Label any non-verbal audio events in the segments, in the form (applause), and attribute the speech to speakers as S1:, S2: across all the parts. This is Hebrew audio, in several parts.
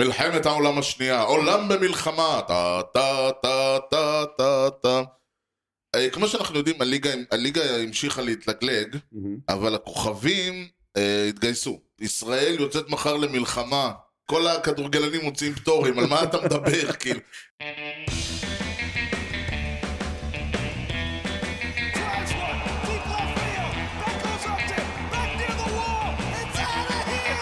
S1: מלחמת העולם השנייה, עולם במלחמה, טה טה טה טה טה טה. אה, כמו שאנחנו יודעים, הליגה, הליגה המשיכה להתלגלג,
S2: מהמם.
S1: אבל הכוכבים אה, התגייסו. ישראל יוצאת מחר למלחמה, כל הכדורגלנים מוציאים פטורים, על מה אתה מדבר, (laughs) כאילו?
S3: Drives one, deep left field. That goes up to, back near the wall. It's out of here!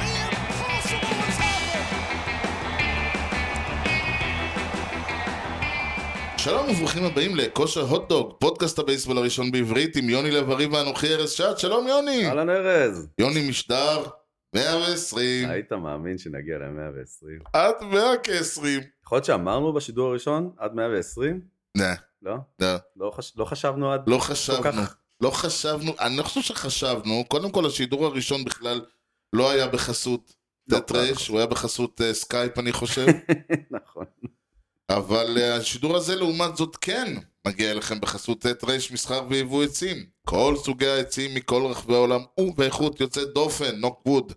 S3: The impossible has happened.
S1: שלום וברוכים הבאים לכושר הוטדוג, פודקאסט הבייסבול הראשון בעברית עם יוני לב-ארי ואנוכי ארז שעד, שלום יוני!
S2: אהלן ארז,
S1: יוני משדר, 120,
S2: היית מאמין שנגיע ל-120?
S1: עד 100 כ-20.
S2: יכול להיות שאמרנו בשידור הראשון עד 120?
S1: לא,
S2: לא?
S1: לא,
S2: לא חש- לא חשבנו עד...
S1: לא חשבנו,
S2: כך.
S1: לא חשבנו, אני לא חושב שחשבנו, קודם כל השידור הראשון בכלל לא היה בחסות
S2: לא,
S1: טטרש, הוא היה בחסות אה, סקייפ אני
S2: (laughs)
S1: חושב,
S2: נכון.
S1: אבל אה, השידור הזה לעומת זאת כן מגיע אליכם בחסות טטרש מסחר ויבוא עצים. כל סוגי העצים מכל רחבי העולם ובאיכות יוצאת דופן, נוקווד.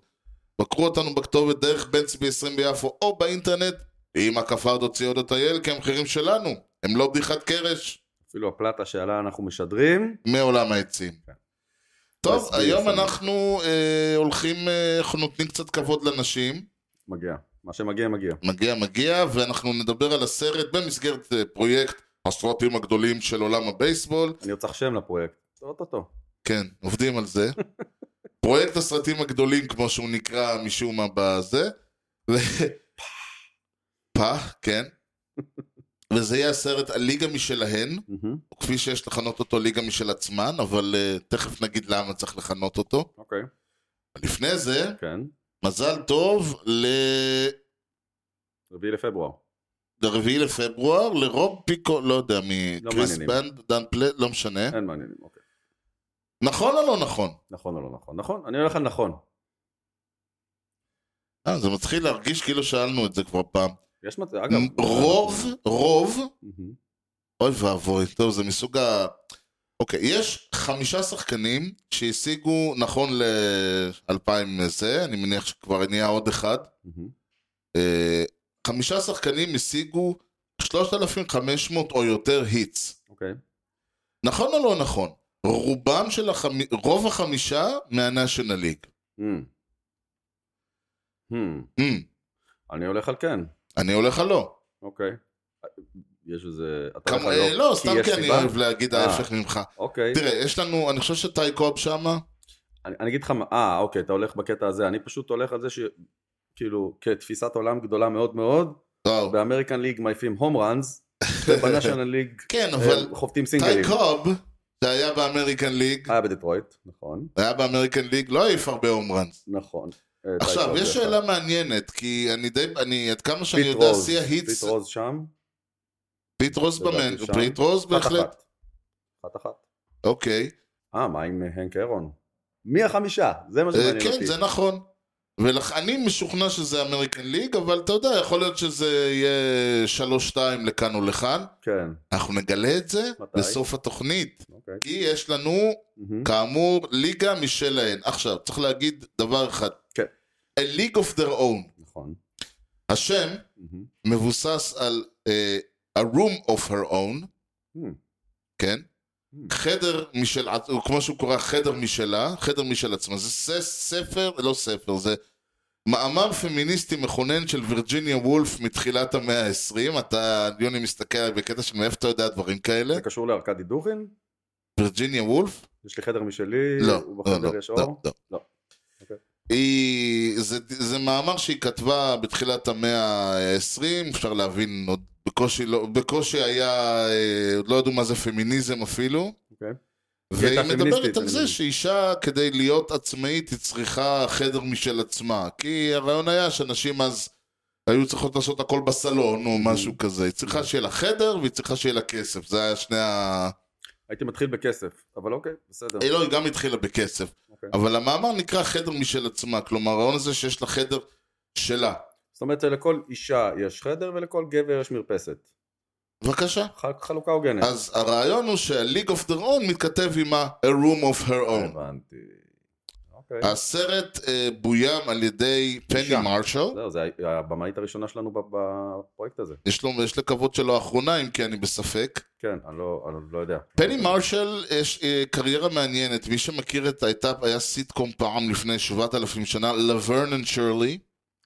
S1: בקרו אותנו בכתובת דרך בן צבי 20 ביפו או באינטרנט, אם הכפרד ציוד הטייל כי המחירים שלנו, הם לא בדיחת קרש.
S2: אפילו הפלטה שעליה אנחנו משדרים,
S1: מעולם העצים.
S2: כן.
S1: טוב,
S2: להסביר
S1: היום
S2: לפעמים.
S1: אנחנו אה, הולכים, אה, אנחנו נותנים קצת כבוד לנשים,
S2: מגיע. מה שמגיע מגיע.
S1: מגיע מגיע, ואנחנו נדבר על הסרט במסגרת אה, פרויקט הסרטים הגדולים של עולם הבייסבול.
S2: אני ארצח שם לפרויקט. זה אוטוטו.
S1: כן, עובדים על זה. פרויקט הסרטים הגדולים, כמו שהוא נקרא משום מה בזה. ו... פח, כן. וזה יהיה הסרט הליגה משלהן,
S2: מהמם.
S1: כפי שיש לכנות אותו ליגה משל עצמן, אבל uh, תכף נגיד למה צריך לכנות אותו.
S2: אוקיי,
S1: לפני זה,
S2: כן.
S1: מזל טוב ל-4
S2: רביעי לפברואר.
S1: לפברואר, לרוב פיקו, לא יודע, מקריס בן,
S2: מעניינים.
S1: דן פלט, לא משנה.
S2: אין מעניינים, אוקיי.
S1: נכון או לא נכון?
S2: נכון או לא נכון? נכון, אני הולך על נכון.
S1: אה, זה מתחיל להרגיש כאילו שאלנו את זה כבר פעם.
S2: יש מצב, אגב... אה, נכון.
S1: רוב, רוב,
S2: מהמם.
S1: אוי ואבוי, טוב, זה מסוג ה... אוקיי, יש חמישה שחקנים שהשיגו נכון ל-2000 זה, אני מניח שכבר נהיה עוד אחד.
S2: מהמם.
S1: אה, חמישה שחקנים השיגו 3,500 או יותר היטס.
S2: אוקיי.
S1: נכון או לא נכון? רובם של החמ... רוב החמישה מהנשיונל ליג.
S2: מהמם. מהמם.
S1: Mm,
S2: אני הולך על כן.
S1: אני הולך על לא.
S2: אוקיי. יש איזה... אתה
S1: כמה...
S2: הולך על
S1: אה, לא,
S2: כי
S1: סתם
S2: יש
S1: כי אני
S2: סיבה?
S1: אוהב להגיד
S2: אה.
S1: ההפך ממך.
S2: אוקיי.
S1: תראה, יש לנו, אני חושב שטי קוב שמה,
S2: אני, אני אגיד לך מה, אה אוקיי אתה הולך בקטע הזה, אני פשוט הולך על זה שכאילו כתפיסת עולם גדולה מאוד מאוד,
S1: לא.
S2: באמריקן ליג מעיפים הום ראנס, ובנשיונל ליג
S1: כן,
S2: אה, אה.
S1: אבל
S2: חובטים סינגלים.
S1: טי קוב, שהיה באמריקן ליג,
S2: היה בדטרויט, נכון,
S1: היה באמריקן ליג, לא העיף הרבה הום ראנס.
S2: נכון. אה,
S1: עכשיו,
S2: טייקוב
S1: יש
S2: זה
S1: שאלה
S2: אחד.
S1: מעניינת, כי אני די, אני, עד כמה שאני
S2: פיט
S1: יודע,
S2: רוז,
S1: שיא ההיטס,
S2: פיט רוז שם,
S1: פיט רוז
S2: לדעתי
S1: במן,
S2: שם.
S1: פיט רוז בהחלט,
S2: אחת אחת. אחת אחת.
S1: אוקיי.
S2: אה מה עם אה, הנק אירון? מי החמישה? זה מה
S1: אה,
S2: שמעניין אותי.
S1: כן, זה נכון. ואני משוכנע שזה אמריקן ליג, אבל אתה יודע, יכול להיות שזה יהיה שלוש-שתיים לכאן או לכאן.
S2: כן,
S1: אנחנו נגלה את זה
S2: מתי?
S1: בסוף התוכנית.
S2: אוקיי.
S1: כי יש לנו,
S2: מהמם.
S1: כאמור, ליגה משלהן. עכשיו, צריך להגיד דבר אחד.
S2: כן.
S1: A League of their own.
S2: נכון.
S1: השם
S2: מהמם.
S1: מבוסס על אה, a room of her own,
S2: Hmm.
S1: כן?
S2: Hmm.
S1: חדר משל, עצ- או כמו שהוא קורא, חדר משלה, חדר משל עצמה. זה ס- ספר, לא ספר, זה מאמר פמיניסטי מכונן של וירג'יניה וולף מתחילת המאה ה-20. אתה, יוני מסתכל עליי בקטע של מאיפה אתה יודע דברים כאלה?
S2: זה קשור לארכדי דוכין?
S1: וירג'יניה וולף?
S2: יש לי חדר משלי,
S1: לא, לא,
S2: ובחדר
S1: לא,
S2: יש
S1: לא,
S2: אור?
S1: לא.
S2: לא. אוקיי.
S1: היא, זה, זה מאמר שהיא כתבה בתחילת המאה ה-20, אפשר להבין, עוד בקושי, לא, בקושי היה, אה, עוד לא ידעו מה זה פמיניזם אפילו.
S2: אוקיי. היא
S1: והיא
S2: הייתה
S1: מדברת
S2: פמיניסטית,
S1: על
S2: אני
S1: זה
S2: מבין.
S1: שאישה כדי להיות עצמאית היא צריכה חדר משל עצמה. כי הרעיון היה שאנשים אז היו צריכות לעשות הכל בסלון או
S2: Mm.
S1: משהו כזה. היא צריכה שיהיה לה חדר והיא צריכה שיהיה לה כסף. זה היה שני ה...
S2: הייתי מתחיל בכסף, אבל אוקיי, בסדר.
S1: אה, לא, היא גם התחילה בכסף.
S2: אוקיי.
S1: אבל המאמר נקרא חדר משל עצמה, כלומר הרעיון הזה שיש לה חדר שלה.
S2: זאת אומרת שלכל אישה יש חדר ולכל גבר יש מרפסת.
S1: בבקשה.
S2: ח- חלוקה הוגנת.
S1: אז הרעיון הוא שהליג אוף דר און מתכתב עם ה-A room of her own.
S2: הבנתי. אוקיי.
S1: הסרט אה, בוים על ידי פני
S2: אישה.
S1: מרשל.
S2: זהו, זה הבמאית הראשונה שלנו ב- בפרויקט הזה.
S1: יש לו- יש לקוות שלא אחרונה, אם כי אני בספק.
S2: כן, אני לא, אני לא יודע.
S1: פני מרשל, יש אה, קריירה מעניינת. מי שמכיר את הייתה, היה סיטקום פעם לפני 7,000 שנה, לברן אנד שרלי.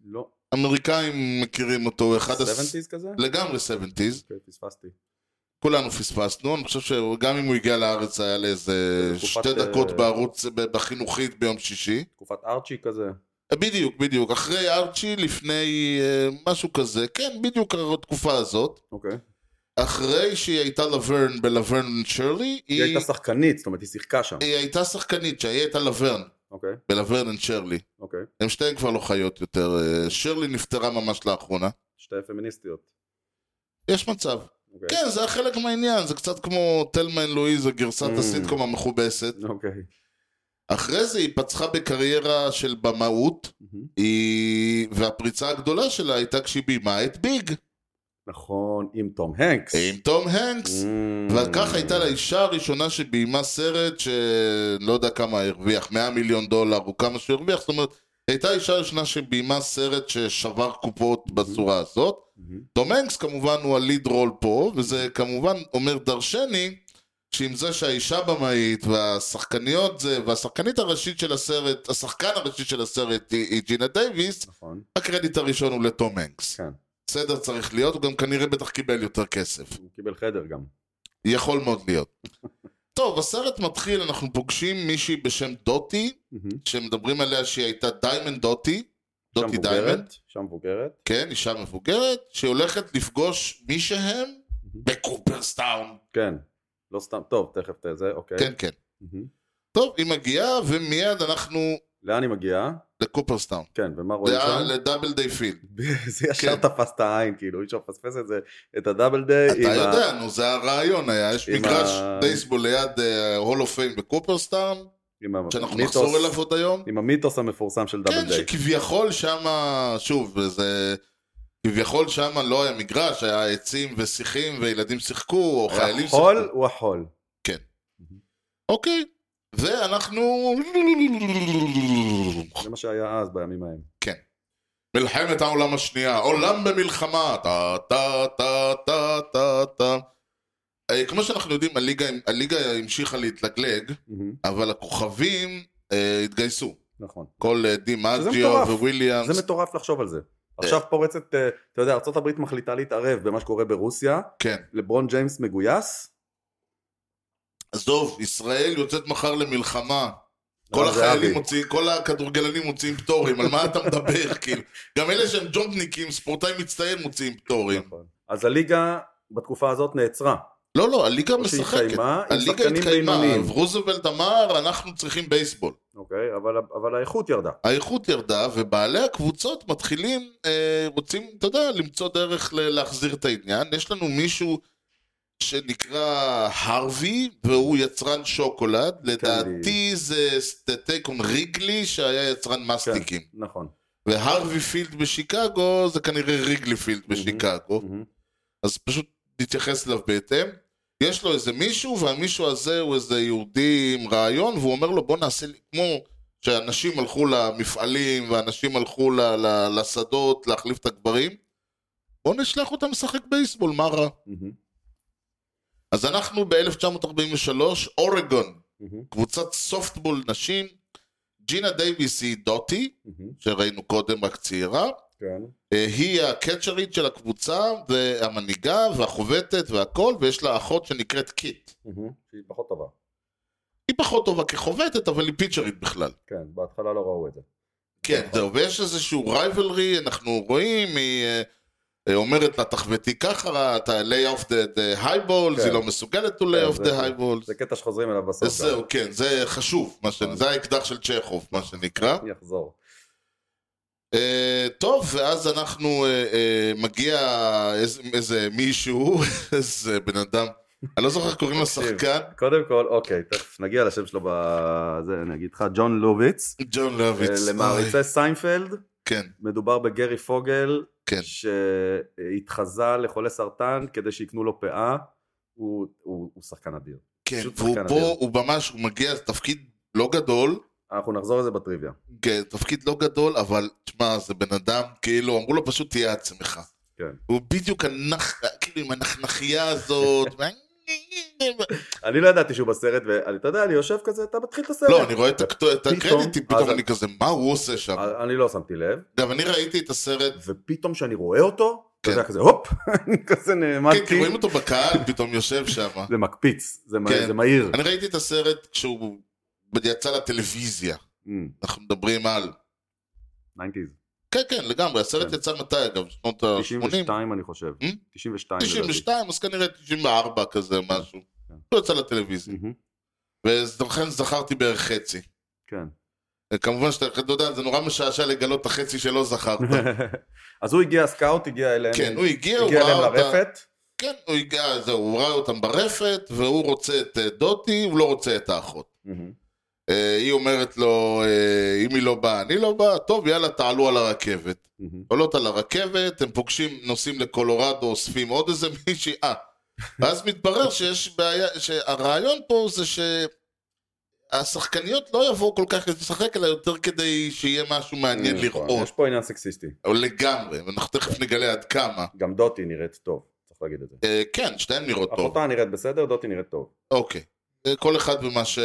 S2: לא.
S1: אמריקאים מכירים אותו, אחד... הס-
S2: 70's כזה?
S1: לגמרי 70's.
S2: אוקיי, פספסתי.
S1: כולנו פספסנו, אני חושב שגם אם הוא הגיע לארץ היה לאיזה
S2: בתקופת,
S1: שתי
S2: אה,
S1: דקות בערוץ, בחינוכית ביום שישי. אה,
S2: תקופת ארצ'י כזה.
S1: בדיוק, בדיוק. אחרי ארצ'י, לפני אה, משהו כזה. כן, בדיוק התקופה הזאת.
S2: אוקיי.
S1: אחרי שהיא הייתה לברן בלברן שרלי,
S2: היא
S1: היא,
S2: הייתה שחקנית, זאת אומרת, היא שיחקה שם.
S1: היא הייתה שחקנית שהיא הייתה לברן,
S2: אוקיי,
S1: בלברן אנד שרלי.
S2: אוקיי.
S1: הם שתיהן כבר לא חיות יותר. אה, שרלי נפטרה ממש לאחרונה.
S2: שתי פמיניסטיות.
S1: יש מצב.
S2: אוקיי.
S1: כן, זה היה חלק מהעניין, זה קצת כמו תלמן לואיז, גרסת
S2: Mm.
S1: הסיטקום המכובסת.
S2: אוקיי.
S1: אחרי זה היא פצחה בקריירה של במאות,
S2: מהמם.
S1: היא... והפריצה הגדולה שלה הייתה כשהיא ביימה את ביג,
S2: נכון, עם תום הנקס.
S1: עם תום הנקס.
S2: Mm.
S1: וכך הייתה לאישה הראשונה שביימה סרט שלא יודע כמה הרוויח, 100 מיליון דולר או כמה שהוא הרוויח, זאת אומרת, הייתה האישה הראשונה שביימה סרט ששבר קופות בצורה הזאת.
S2: מהמם.
S1: תום הנקס כמובן הוא הליד רול פה, וזה כמובן אומר דרשני, שעם זה שהאישה במאית והשחקניות זה, והשחקנית הראשית של הסרט, השחקן הראשית של הסרט היא, היא ג'ינה דייוויס,
S2: נכון,
S1: הקרדיט הראשון הוא לתום הנקס.
S2: כן.
S1: בסדר צריך להיות, הוא גם כנראה בטח קיבל יותר כסף.
S2: הוא קיבל חדר גם.
S1: יכול מאוד להיות. טוב, הסרט מתחיל, אנחנו פוגשים מישהי בשם דוטי,
S2: מהמם.
S1: שמדברים עליה שהיא הייתה דיימנד דוטי,
S2: אישה
S1: דוטי
S2: מבוגרת,
S1: דיימנד,
S2: אישה מבוגרת.
S1: כן, אישה מבוגרת, שהולכת לפגוש מי שהם בקופרסטאון.
S2: כן. לא סתם, טוב, תכף ת- זה, אוקיי.
S1: כן, כן.
S2: מהמם.
S1: טוב, היא מגיעה, ומיד אנחנו
S2: לאן היא מגיעה?
S1: לקופרסטאון.
S2: כן, ומה רואים
S1: לאה-
S2: שם?
S1: לדאבל דיי פילד.
S2: (laughs) זה ישר
S1: כן.
S2: תפס את העין, כאילו, אי אפשר לפספס את זה, את הדאבל דיי.
S1: אתה
S2: עם ה-
S1: יודע, נו, זה הרעיון היה. יש
S2: עם
S1: מגרש
S2: ה-
S1: בייסבול ליד אה, הול אוף פיים בקופרסטאון,
S2: עם
S1: שאנחנו
S2: המיתוס-
S1: נחזור אליו עוד היום.
S2: עם המיתוס המפורסם של דאבל
S1: כן,
S2: דיי.
S1: שכביכול שמה, שוב, זה... כביכול שמה לא היה מגרש, היה עצים ושיחים וילדים שיחקו, או חיילים שיחקו.
S2: החול הוא החול.
S1: אוקיי. ואנחנו...
S2: זה מה שהיה אז בימים ההם.
S1: מלחמת העולם השנייה, עולם במלחמה, טה טה טה טה טה טה. אה, כמו שאנחנו יודעים, הליגה, הליגה המשיכה להתלגלג,
S2: מהמם.
S1: אבל הכוכבים אה, התגייסו.
S2: נכון.
S1: כל אה, די
S2: מטורף.
S1: מג'יו וויליאמס.
S2: זה מטורף לחשוב על זה. עכשיו פורצת, אה, אתה יודע, ארה"ב מחליטה להתערב במה שקורה ברוסיה,
S1: כן.
S2: לברון ג'יימס מגויס.
S1: עזוב, ישראל יוצאת מחר למלחמה. כל
S2: אבל לא, זה
S1: החיילים
S2: אבי.
S1: מוציאים, כל הכדורגלנים מוציאים פטורים, על מה אתה
S2: (laughs)
S1: מדבר, כאילו? גם אלה שהם ג'ומפניקים, ספורטאים מצטיין מוציאים פטורים.
S2: נכון. אז הליגה בתקופה הזאת נעצרה.
S1: לא, לא, הליגה
S2: או שהיא
S1: משחקת.
S2: התקיימה עם
S1: הליגה
S2: שחקנים
S1: התקיימה,
S2: בינוניים.
S1: רוזוולט אמר, אנחנו צריכים בייסבול.
S2: אוקיי, אבל- אבל האיכות ירדה.
S1: האיכות ירדה, ובעלי הקבוצות מתחילים, אה, רוצים, אתה יודע, למצוא דרך ל- להחזיר את העניין. יש לנו מישהו שנקרא הרווי, והוא יצרן שוקולד.
S2: כן,
S1: לדעתי זה סטטייקון ריגלי, שהיה יצרן מסטיקים.
S2: נכון.
S1: והרווי פילד בשיקגו, זה כנראה ריגלי פילד
S2: מהמם.
S1: בשיקגו.
S2: מהמם.
S1: אז פשוט נתייחס אליו בהתאם. יש לו איזה מישהו, והמישהו הזה הוא איזה יהודי עם רעיון, והוא אומר לו בוא נעשה, לי-" כמו שאנשים הלכו למפעלים, ואנשים הלכו ל- ל- לשדות להחליף את הגברים, בוא נשלח אותם לשחק בייסבול, מה רע?
S2: מהמם.
S1: אז אנחנו ב-1943, אורגון,
S2: מהמם.
S1: קבוצת סופטבול נשים, ג'ינה דייוויס היא דוטי,
S2: מהמם.
S1: שראינו קודם רק צעירה,
S2: כן.
S1: אה, היא הקצ'רית של הקבוצה, והמנהיגה, והחובטת והכל, ויש לה אחות שנקראת קיט.
S2: מהמם. שהיא פחות טובה.
S1: היא פחות טובה כחובטת, אבל היא פיצ'רית בכלל.
S2: כן, בהתחלה לא ראו את זה.
S1: כן, זהו, ויש איזשהו רייבלרי, אנחנו רואים, היא אה, אה, אומרת לה, תחבטי ככה, אתה lay off the, the high balls,
S2: כן.
S1: היא לא מסוגלת to lay off
S2: זה-
S1: the high balls.
S2: זה נכון. קטע שחוזרים אליו בסוף.
S1: אז זהו, כן, זה חשוב, מה ש... זה האקדח של צ'כוב, מה שנקרא.
S2: אני אחזור.
S1: אה, טוב, ואז אנחנו, אה, אה, מגיע איזה, איזה מישהו, (laughs) איזה בן אדם, אני לא זוכר איך קוראים לשחקן,
S2: קודם כל, אוקיי, תכף נגיע לשם שלו בזה, אני אגיד לך, ג'ון לוביץ.
S1: ג'ון לוביץ.
S2: אה, למעריצי סיינפלד,
S1: כן,
S2: מדובר בגרי פוגל,
S1: כן.
S2: שהתחזה לחולה סרטן כדי שיקנו לו פאה, הוא, הוא, הוא שחקן אדיר.
S1: כן,
S2: פשוט
S1: והוא
S2: שחקן
S1: פה,
S2: אדיר.
S1: הוא ממש, הוא מגיע לתפקיד לא גדול,
S2: אנחנו נחזור לזה בטריוויה.
S1: כן, תפקיד לא גדול, אבל תשמע, זה בן אדם, כאילו, אמרו לו פשוט תהיה עצמך.
S2: כן.
S1: הוא בדיוק הנח... כאילו עם הנחנחייה
S2: (laughs)
S1: הזאת.
S2: אני לא ידעתי שהוא בסרט, ואתה יודע, אני יושב כזה, אתה מתחיל את הסרט.
S1: לא, אני רואה את הכתו- את
S2: פתאום,
S1: הקרדיטים, פתאום
S2: אז-
S1: אני כזה, מה הוא עושה שם?
S2: א- אני לא שמתי לב,
S1: גם אני ראיתי את הסרט,
S2: ופתאום כשאני רואה אותו, אתה
S1: כן.
S2: יודע, כזה הופ, (laughs) אני כזה
S1: כן, כי
S2: נעמדתי,
S1: רואים אותו בקהל, פתאום יושב שם.
S2: זה מקפיץ, זה מה-
S1: כן.
S2: זה מהיר.
S1: אני ראיתי את הסרט כשהוא יצא לטלוויזיה.
S2: אמ,
S1: אנחנו מדברים על...
S2: 90s.
S1: כן, כן, לגמרי. הסרט
S2: כן.
S1: יצא מתי, אגב? שנות ה-80?
S2: 92 אני חושב.
S1: אמ?
S2: 92. לדעתי.
S1: 92, אז כנראה 94 כזה, משהו.
S2: כן.
S1: הוא יצא לטלוויזיה.
S2: אמ,
S1: ולכן זכרתי בערך חצי.
S2: כן.
S1: כמובן שאתה אתה יודע, זה נורא משעשע לגלות את החצי שלא
S2: (laughs)
S1: זכרת.
S2: אז הוא הגיע, הסקאוט הגיע אליהם.
S1: אוקיי. כן, הוא הגיע, הוא
S2: הגיע
S1: ראה
S2: אליהם
S1: אותה...
S2: לרפת.
S1: כן, הוא הגיע, זהו, הוא ראה אותם ברפת, והוא רוצה את אה, דוטי, הוא לא רוצה את האחות.
S2: אמ,
S1: אה, היא אומרת לו, אה, אם היא לא באה, אני לא באה, טוב, יאללה, תעלו על הרכבת.
S2: אמ.
S1: עולות על הרכבת, הם פוגשים, נוסעים לקולורדו, אוספים עוד איזה מישהי, אה. ואז מתברר שיש בעיה, שהרעיון פה זה שהשחקניות לא יבואו כל כך לשחק, אלא יותר כדי שיהיה משהו מעניין
S2: אמ,
S1: לראות.
S2: יש פה עניין סקסיסטי.
S1: או לגמרי, ואנחנו תכף נגלה עד כמה.
S2: גם דוטי נראית טוב, צריך להגיד את זה.
S1: אה, כן, שתיהן נראות טוב.
S2: אחותה נראית בסדר, דוטי נראית טוב.
S1: אוקיי. אה, כל אחד ומה ש...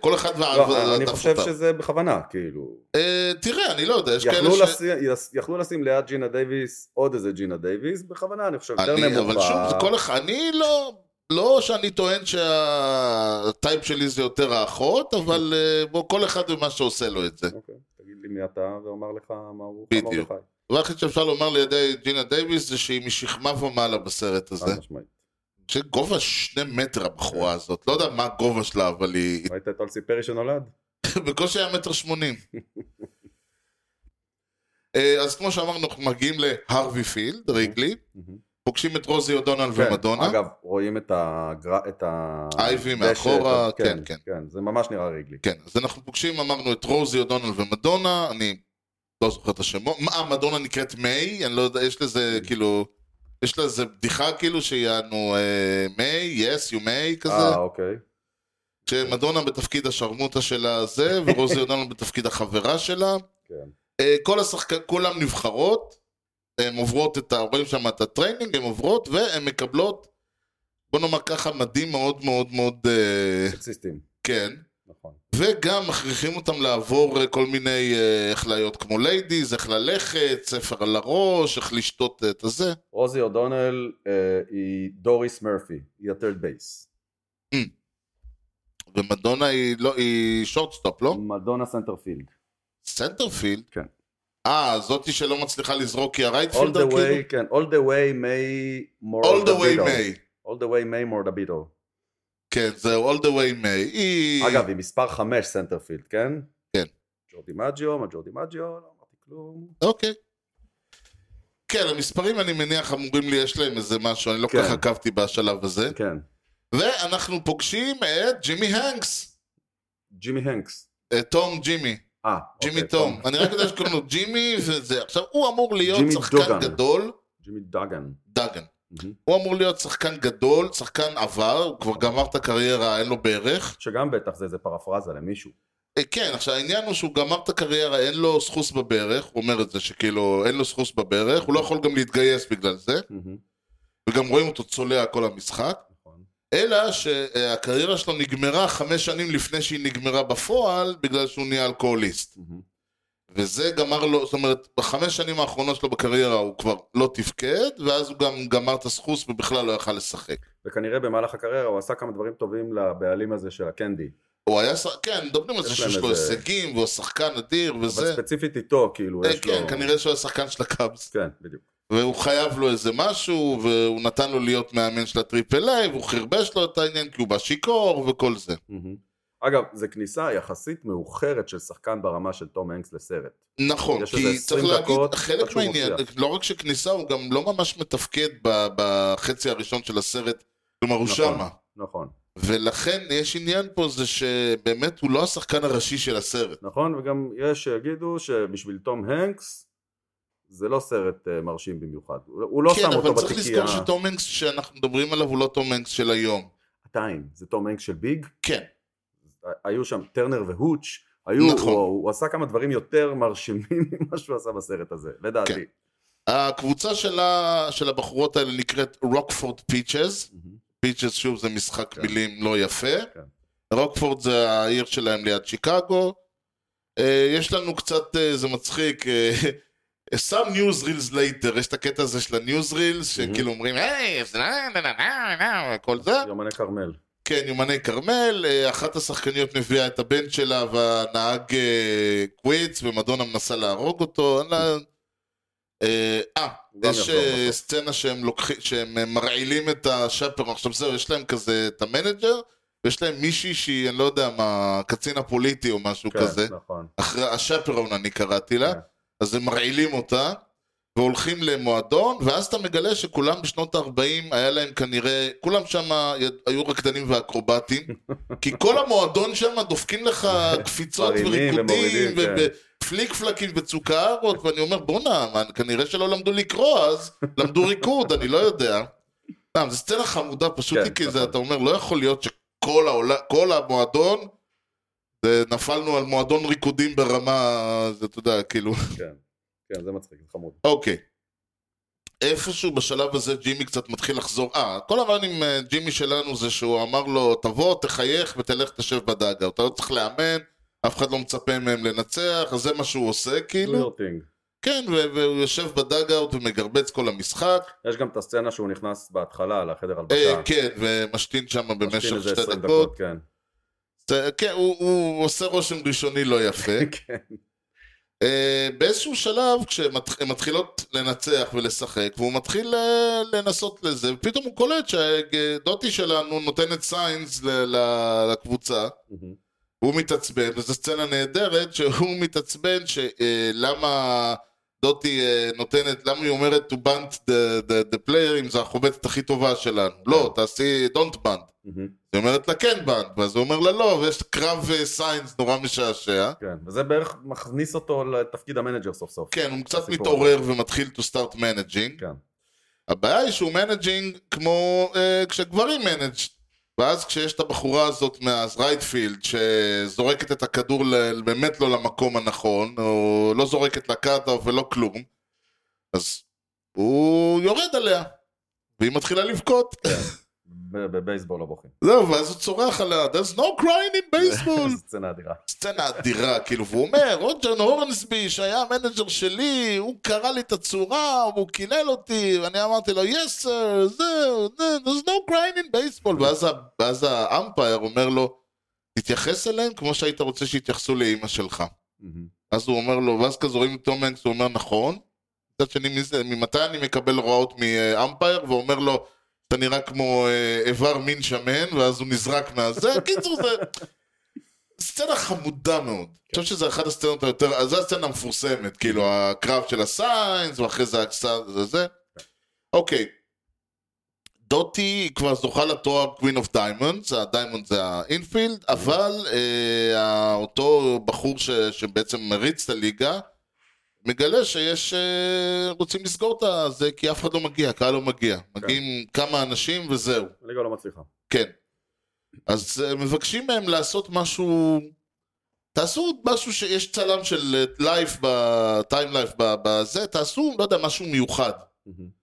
S1: כל אחד
S2: לא, אני חושב
S1: והעדפותיו.
S2: שזה בכוונה, כאילו.
S1: אה, תראה, אני לא יודע, יש כאלה
S2: יכלו,
S1: ש...
S2: לשים, יס- יכלו לשים ליד ג'ינה דייוויס עוד איזה ג'ינה דייוויס, בכוונה אני חושב, יותר
S1: אני,
S2: נמוכה.
S1: אבל שוב, זה כל אחד... אני לא... לא שאני טוען שהטייפ שלי זה יותר האחות, אבל אה, בוא, כל אחד ומה שעושה לו את זה.
S2: אוקיי, תגיד לי מי אתה ואומר לך מה הוא
S1: בדיוק.
S2: אמר לך.
S1: הדבר היחיד שאפשר לומר לידי ג'ינה דייוויס זה שהיא משכמה ומעלה בסרט הזה. (laughs)
S2: חד משמעית.
S1: שגובה שני מטר הבחורה הזאת, לא יודע מה הגובה שלה, אבל היא... (laughs)
S2: ראית את אולסי פרי שנולד?
S1: בקושי היה מטר
S2: (laughs)
S1: שמונים. אה, אז כמו שאמרנו, אנחנו מגיעים להרווי פילד, ריגלי, פוגשים את רוזי אודונל
S2: כן,
S1: ומדונה.
S2: אגב, רואים את הגר... את ה...
S1: אייבי
S2: דשא,
S1: מאחורה,
S2: את ה-
S1: כן, כן.
S2: כן, זה ממש נראה ריגלי.
S1: כן, אז אנחנו פוגשים, אמרנו, את רוזי אודונל ומדונה, אני לא זוכר את השמות. מה, מדונה נקראת מיי? אני לא יודע, יש לזה, כאילו... יש לה איזה בדיחה כאילו שיענו אה, מיי, יס, יו מיי כזה,
S2: אה, אוקיי.
S1: שמדונה בתפקיד השרמוטה שלה זה, ורוזי אודונל בתפקיד החברה שלה.
S2: כן.
S1: אה, כל השחקנים, כולם נבחרות, הן עוברות את ה... רואים שם את הטריינינג, הן עוברות והן מקבלות, בוא נאמר ככה, מדים מאוד מאוד מאוד, אה,
S2: סקסיסטים,
S1: כן.
S2: נכון.
S1: וגם מכריחים אותם לעבור אה, כל מיני אה, איך להיות כמו ליידיז, איך ללכת, ספר על הראש, איך לשתות אה, את הזה.
S2: רוזי אודונל אה, היא דוריס מרפי, היא הטרד בייס.
S1: ומדונה היא, לא, היא שורטסטופ, לא?
S2: מדונה
S1: (laughs)
S2: סנטרפילד.
S1: סנטרפילד?
S2: כן.
S1: אה, זאתי שלא מצליחה לזרוק כי
S2: All
S1: הרייטפילדר
S2: the
S1: כאילו?
S2: way, כן, All the way may more
S1: All the way May.
S2: All the way may more דבידו.
S1: כן, זהו, All the way May. היא...
S2: אגב, היא מספר 5 סנטרפילד, כן?
S1: כן.
S2: ג'ורדי מג'יו, מה ג'ורדי מג'יו, לא אמרתי כלום.
S1: אוקיי. כן, המספרים אני מניח אמורים לי, יש להם איזה משהו, אני לא כל
S2: כן.
S1: כך עקבתי בשלב הזה.
S2: כן.
S1: ואנחנו פוגשים את ג'ימי הנקס,
S2: ג'ימי הנקס.
S1: אה, תום ג'ימי.
S2: אה,
S1: ג'ימי
S2: אוקיי,
S1: תום. אני רק יודע שקוראים לו ג'ימי וזה. עכשיו, הוא אמור להיות
S2: ג'ימי
S1: שחקן
S2: דוגן.
S1: גדול,
S2: ג'ימי דאגן.
S1: דגן.
S2: מהמם.
S1: הוא אמור להיות שחקן גדול, שחקן עבר, הוא כבר גמר את הקריירה, אין לו בערך.
S2: שגם בטח זה איזה פרפרזה למישהו.
S1: אה, כן, עכשיו העניין הוא שהוא גמר את הקריירה, אין לו סחוס בברך, הוא אומר את זה שכאילו אין לו סחוס בברך, הוא לא יכול גם להתגייס בגלל זה,
S2: מהמם,
S1: וגם רואים אותו צולע כל המשחק.
S2: נכון.
S1: אלא שהקריירה שלו נגמרה חמש שנים לפני שהיא נגמרה בפועל, בגלל שהוא נהיה אלכוהוליסט.
S2: מהמם,
S1: וזה גמר לו, זאת אומרת, בחמש שנים האחרונות שלו בקריירה הוא כבר לא תפקד, ואז הוא גם גמר את הסחוס ובכלל לא יכל לשחק.
S2: וכנראה במהלך הקריירה הוא עשה כמה דברים טובים לבעלים הזה של הקנדי.
S1: הוא היה, ש- כן, מדברים על זה
S2: יש
S1: שיש
S2: להם
S1: לו
S2: איזה-
S1: הישגים, והוא שחקן אדיר
S2: אבל
S1: וזה.
S2: ספציפית איתו, כאילו,
S1: אה,
S2: יש לו...
S1: כן, כנראה שהוא היה שחקן של הקאבס.
S2: כן, בדיוק.
S1: והוא חייב לו איזה משהו, והוא נתן לו להיות מאמן של הטריפל איי, והוא חרבש לו את העניין כי הוא בא שיכור וכל זה.
S2: מהמם. אגב, זו כניסה יחסית מאוחרת של שחקן ברמה של תום הנקס לסרט.
S1: נכון,
S2: יש
S1: כי
S2: איזה
S1: צריך
S2: 20
S1: להגיד,
S2: דקות עד
S1: חלק
S2: שהוא
S1: מהעניין,
S2: מופיע.
S1: לא רק שכניסה, הוא גם לא ממש מתפקד ב- בחצי הראשון של הסרט, כלומר הוא
S2: נכון.
S1: שמה.
S2: נכון.
S1: ולכן יש עניין פה זה שבאמת הוא לא השחקן הראשי של הסרט.
S2: נכון, וגם יש שיגידו שבשביל תום הנקס זה לא סרט אה, מרשים במיוחד. הוא הוא לא
S1: כן,
S2: שם אותו אה.
S1: אבל צריך
S2: בתיקייה.
S1: לזכור שטום הנקס שאנחנו מדברים עליו הוא לא טום הנקס של היום.
S2: עדיין, זה תום הנקס של ביג.
S1: כן,
S2: היו שם טרנר והוץ', היו,
S1: נכון.
S2: הוא, הוא עשה כמה דברים יותר מרשימים (laughs) ממה שהוא עשה בסרט הזה, לדעתי.
S1: כן. הקבוצה שלה, של הבחורות האלה נקראת רוקפורד פיצ'ס.
S2: מהמם.
S1: פיצ'ס שוב זה משחק
S2: כן.
S1: מילים לא יפה.
S2: כן.
S1: רוקפורד זה העיר שלהם ליד שיקגו. אה, יש לנו קצת, אה, זה מצחיק, אה, (laughs) some news reels later, יש את הקטע הזה של ה-news reels, שכאילו אומרים, היי, זה לא, לא, לא, לא, לא", וכל זה.
S2: יומני כרמל.
S1: כן, יומני כרמל, אה, אחת השחקניות מביאה את הבן שלה והנהג אה, קוויץ ומדונה מנסה להרוג אותו. אין לה- אה, אה,
S2: הוא גם נכון.
S1: יש
S2: יחזור
S1: אה,
S2: בסוף.
S1: סצנה שהם לוקחים, שהם אה, מרעילים את השאפרון. עכשיו זהו, יש להם כזה את המנג'ר, ויש להם מישהי שהיא, אני לא יודע מה, קצין הפוליטי או משהו
S2: כן,
S1: כזה.
S2: נכון.
S1: אחרי השפרון אני קראתי לה,
S2: כן.
S1: אז הם מרעילים אותה, והולכים למועדון, ואז אתה מגלה שכולם בשנות ה-40 היה להם כנראה, כולם שם היו רקדנים
S2: (laughs)
S1: ואקרובטים, כי כל המועדון שם דופקים לך קפיצות
S2: מרימים
S1: וריקודים,
S2: ומורידים, כן.
S1: ופליק פלקים וצוקהרות, ואני אומר בואנה, מה, כנראה שלא למדו לקרוא אז, למדו ריקוד, אני לא יודע. סתם, זו סצנה חמודה, פשוט
S2: כן,
S1: היא כזה,
S2: נכון.
S1: אתה אומר, לא יכול להיות שכל העולה, כל המועדון, זה, נפלנו על מועדון ריקודים ברמה, זה, אתה יודע, כאילו, (laughs)
S2: כן, כן, זה מצחיק, זה חמוד.
S1: אוקיי. איפשהו בשלב הזה ג'ימי קצת מתחיל לחזור, אה, כל הזמן עם אה, ג'ימי שלנו זה שהוא אמר לו, תבוא, תחייך ותלך תשב בדאגה, אתה לא צריך לאמן, אף אחד לא מצפה מהם לנצח, אז זה מה שהוא עושה,
S2: ניו
S1: כאילו.
S2: יורטינג.
S1: כן, ו- והוא יושב בדאגאוט ומגרבץ כל המשחק.
S2: יש גם את הסצנה שהוא נכנס בהתחלה לחדר
S1: אה,
S2: הלבשה.
S1: כן, ומשתין שם
S2: משתין
S1: במשך
S2: איזה
S1: שתי
S2: 20
S1: דקות.
S2: כן.
S1: זה- כן, הוא, הוא עושה רושם ראשוני לא
S2: (laughs)
S1: יפה.
S2: כן.
S1: אה, באיזשהו שלב, כשהן מתח- הן מתחילות לנצח ולשחק, והוא מתחיל אה, לנסות לזה, ופתאום הוא קולט שהדוטי שלנו נותנת סיינס ל- ל- לקבוצה.
S2: מהמם.
S1: הוא מתעצבן, וזו סצנה נהדרת, שהוא מתעצבן שלמה דוטי אה, נותנת, למה היא אומרת to bunt the, the, the player אם זו החובטת הכי טובה שלנו. לא,
S2: כן.
S1: תעשי don't bunt.
S2: מהמם.
S1: היא אומרת לה כן בנד, ואז הוא אומר לה לא, ויש קרב אה, סיינס נורא משעשע.
S2: כן, וזה בערך מכניס אותו לתפקיד המנג'ר סוף סוף.
S1: כן, הוא קצת
S2: הסיפור
S1: מתעורר ומתחיל to start managing.
S2: כן.
S1: הבעיה היא שהוא managing כמו אה, כשגברים manage. ואז כשיש את הבחורה הזאת מאז רייטפילד שזורקת את הכדור ל- באמת לא למקום הנכון, או לא זורקת לקאטה ולא כלום, אז הוא יורד עליה, והיא מתחילה לבכות.
S2: ב- בבייסבול לא בוכים.
S1: זהו, ואז הוא צורח עליה, there's no crying in baseball.
S2: זו סצנה אדירה. סצנה.
S1: סצנה אדירה, כאילו, והוא אומר, רוג'ר הורנסבי, שהיה המנג'ר שלי, הוא קרא לי את הצורה, הוא קילל אותי, ואני אמרתי לו, yes sir, זהו, זה, there's no crying in baseball, ואז, ה- ואז האמפייר אומר לו, תתייחס אליהם כמו שהיית רוצה שיתייחסו לאימא שלך.
S2: מהמם.
S1: אז הוא אומר לו, ואז כזה רואים את תום הנקס, הוא אומר, נכון. מצד שני, מי זה- ממתי אני מקבל הוראות מאמפייר, ואומר לו, אתה נראה כמו אה, איבר מין שמן, ואז הוא נזרק מהזה, קיצור זה... סצנה חמודה מאוד. אני חושב שזה אחת הסצנות היותר, אז זו הסצנה המפורסמת, כאילו הקרב של הסיינס, ואחרי זה הקצת, זה זה. אוקיי. דוטי כבר זוכה לתואר Queen of Diamonds, הדיימונד זה האינפילד, אבל אה, אותו בחור ש, שבעצם מריץ את הליגה, מגלה שיש, אה, רוצים לסגור את הזה, כי אף אחד לא מגיע, הקהל לא מגיע. מגיעים כמה אנשים וזהו.
S2: הליגה לא מצליחה.
S1: כן. אז אה, מבקשים מהם לעשות משהו... תעשו משהו שיש צלם של אה, לייף, טיים לייף בזה, תעשו, לא יודע, משהו מיוחד. (laughs)
S2: מהמם.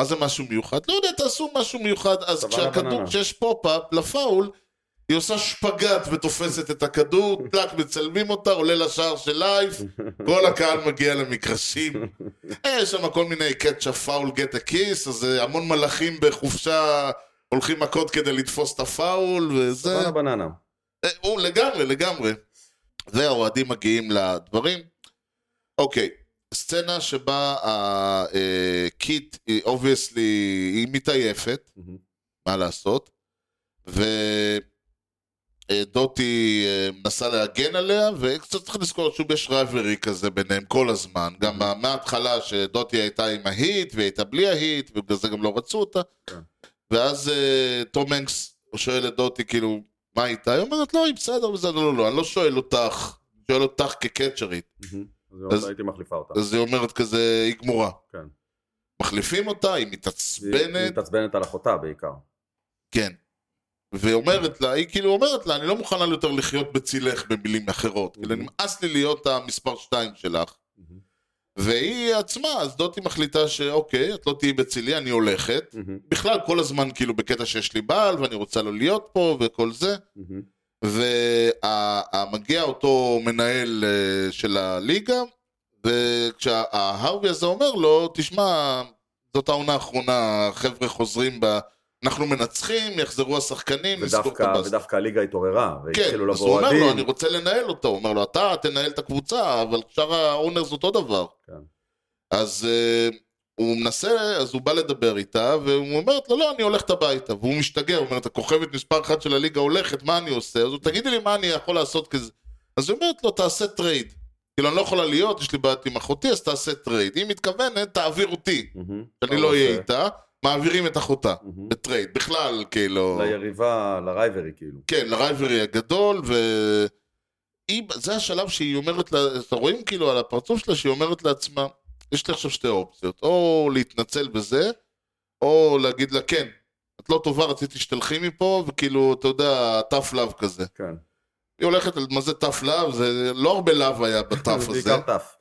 S1: מה זה משהו מיוחד? לא יודע, תעשו משהו מיוחד. אז
S2: סבבה,
S1: כשהכדור,
S2: בננה.
S1: כשיש פופ-אפ לפאול, היא עושה שפגאט ותופסת את הכדור, (laughs) פלאק, מצלמים אותה, עולה לשער של לייף, כל הקהל מגיע למגרשים. אה, יש שם כל מיני קאצ'ה פאול גט הכיס, אז אה, המון מלאכים בחופשה הולכים מכות כדי לתפוס את הפאול, וזה...
S2: בננה בננה.
S1: אה, הוא לגמרי, לגמרי. והאוהדים מגיעים לדברים. אוקיי, סצנה שבה אה, הקיט, אובייסלי, היא מתעייפת,
S2: מהמם.
S1: מה לעשות, ודוטי אה, מנסה להגן עליה, וקצת צריך לזכור שוב יש רייברי כזה ביניהם כל הזמן. גם מה- מההתחלה שדוטי הייתה עם ההיט, והיא הייתה בלי ההיט, ובגלל זה גם לא רצו אותה.
S2: כן.
S1: ואז אה, תום הנקס שואל את דוטי, כאילו, מה איתה? היא אומרת, לא, היא בסדר, בסדר, לא, לא, אני לא שואל אותך, אני שואל אותך כקצ'רית.
S2: מהמם. אז
S1: אז-
S2: הייתי מחליפה אותה.
S1: אז היא אומרת כזה, היא גמורה.
S2: כן.
S1: מחליפים אותה, היא
S2: היא- היא
S1: מתעצבנת,
S2: מתעצבנת על אחותה בעיקר.
S1: כן. ואומרת לה, היא כאילו אומרת לה, אני לא מוכנה יותר לחיות בצילך במילים אחרות, כאילו נמאס לי להיות המספר שתיים שלך.
S2: מהמם.
S1: והיא עצמה, אז דוטי מחליטה שאוקיי, את לא תהיי בצילי, אני הולכת.
S2: מהמם.
S1: בכלל, כל הזמן כאילו בקטע שיש לי בעל, ואני רוצה לו להיות פה, וכל זה.
S2: מהמם.
S1: ומגיע אותו מנהל אה, של הליגה, וכשההרווי הזה אומר לו, תשמע, זאת העונה האחרונה, החבר'ה חוזרים ב... אנחנו מנצחים, יחזרו השחקנים, נסגור כן, את
S2: ודווקא,
S1: הבאסט.
S2: ודווקא הליגה התעוררה,
S1: כן,
S2: והתחילו
S1: אז
S2: לבוא
S1: הוא אומר לו, אני
S2: אוהדים.
S1: רוצה לנהל אותו. הוא אומר לו, אתה תנהל את הקבוצה, אבל שאר האונרס אותו דבר.
S2: כן.
S1: אז אה, הוא מנסה, אז הוא בא לדבר איתה, והוא אומרת לו, לא, אני הולכת הביתה. והוא משתגע, הוא אומר, את הכוכבת מספר אחת של הליגה הולכת, מה אני עושה? אז הוא, תגידי לי מה אני יכול לעשות כזה. אז היא אומרת לו, תעשה טרייד. כאילו, אני לא יכולה להיות, יש לי בעיות עם אחותי, אז תעשה טרייד. אם מתכוונת, תעביר אותי,
S2: מהמם.
S1: שאני לא אהיה
S2: אוקיי.
S1: איתה. מעבירים את אחותה,
S2: מהמם.
S1: בטרייד. בכלל,
S2: לא,
S1: כאילו...
S2: ליריבה, לרייברי כאילו.
S1: כן, לרייברי הגדול, ו... היא, זה השלב שהיא אומרת, לה, אתה רואים כאילו על הפרצוף שלה שהיא אומרת לעצמה, יש לי עכשיו שתי אופציות, או להתנצל בזה, או להגיד לה, כן, את לא טובה, רציתי שתלכי מפה, וכאילו, אתה יודע, tough love כזה.
S2: כן.
S1: היא הולכת, על- מה זה tough love? זה לא הרבה love היה
S2: (laughs)
S1: בטאף הזה.
S2: בעיקר טף.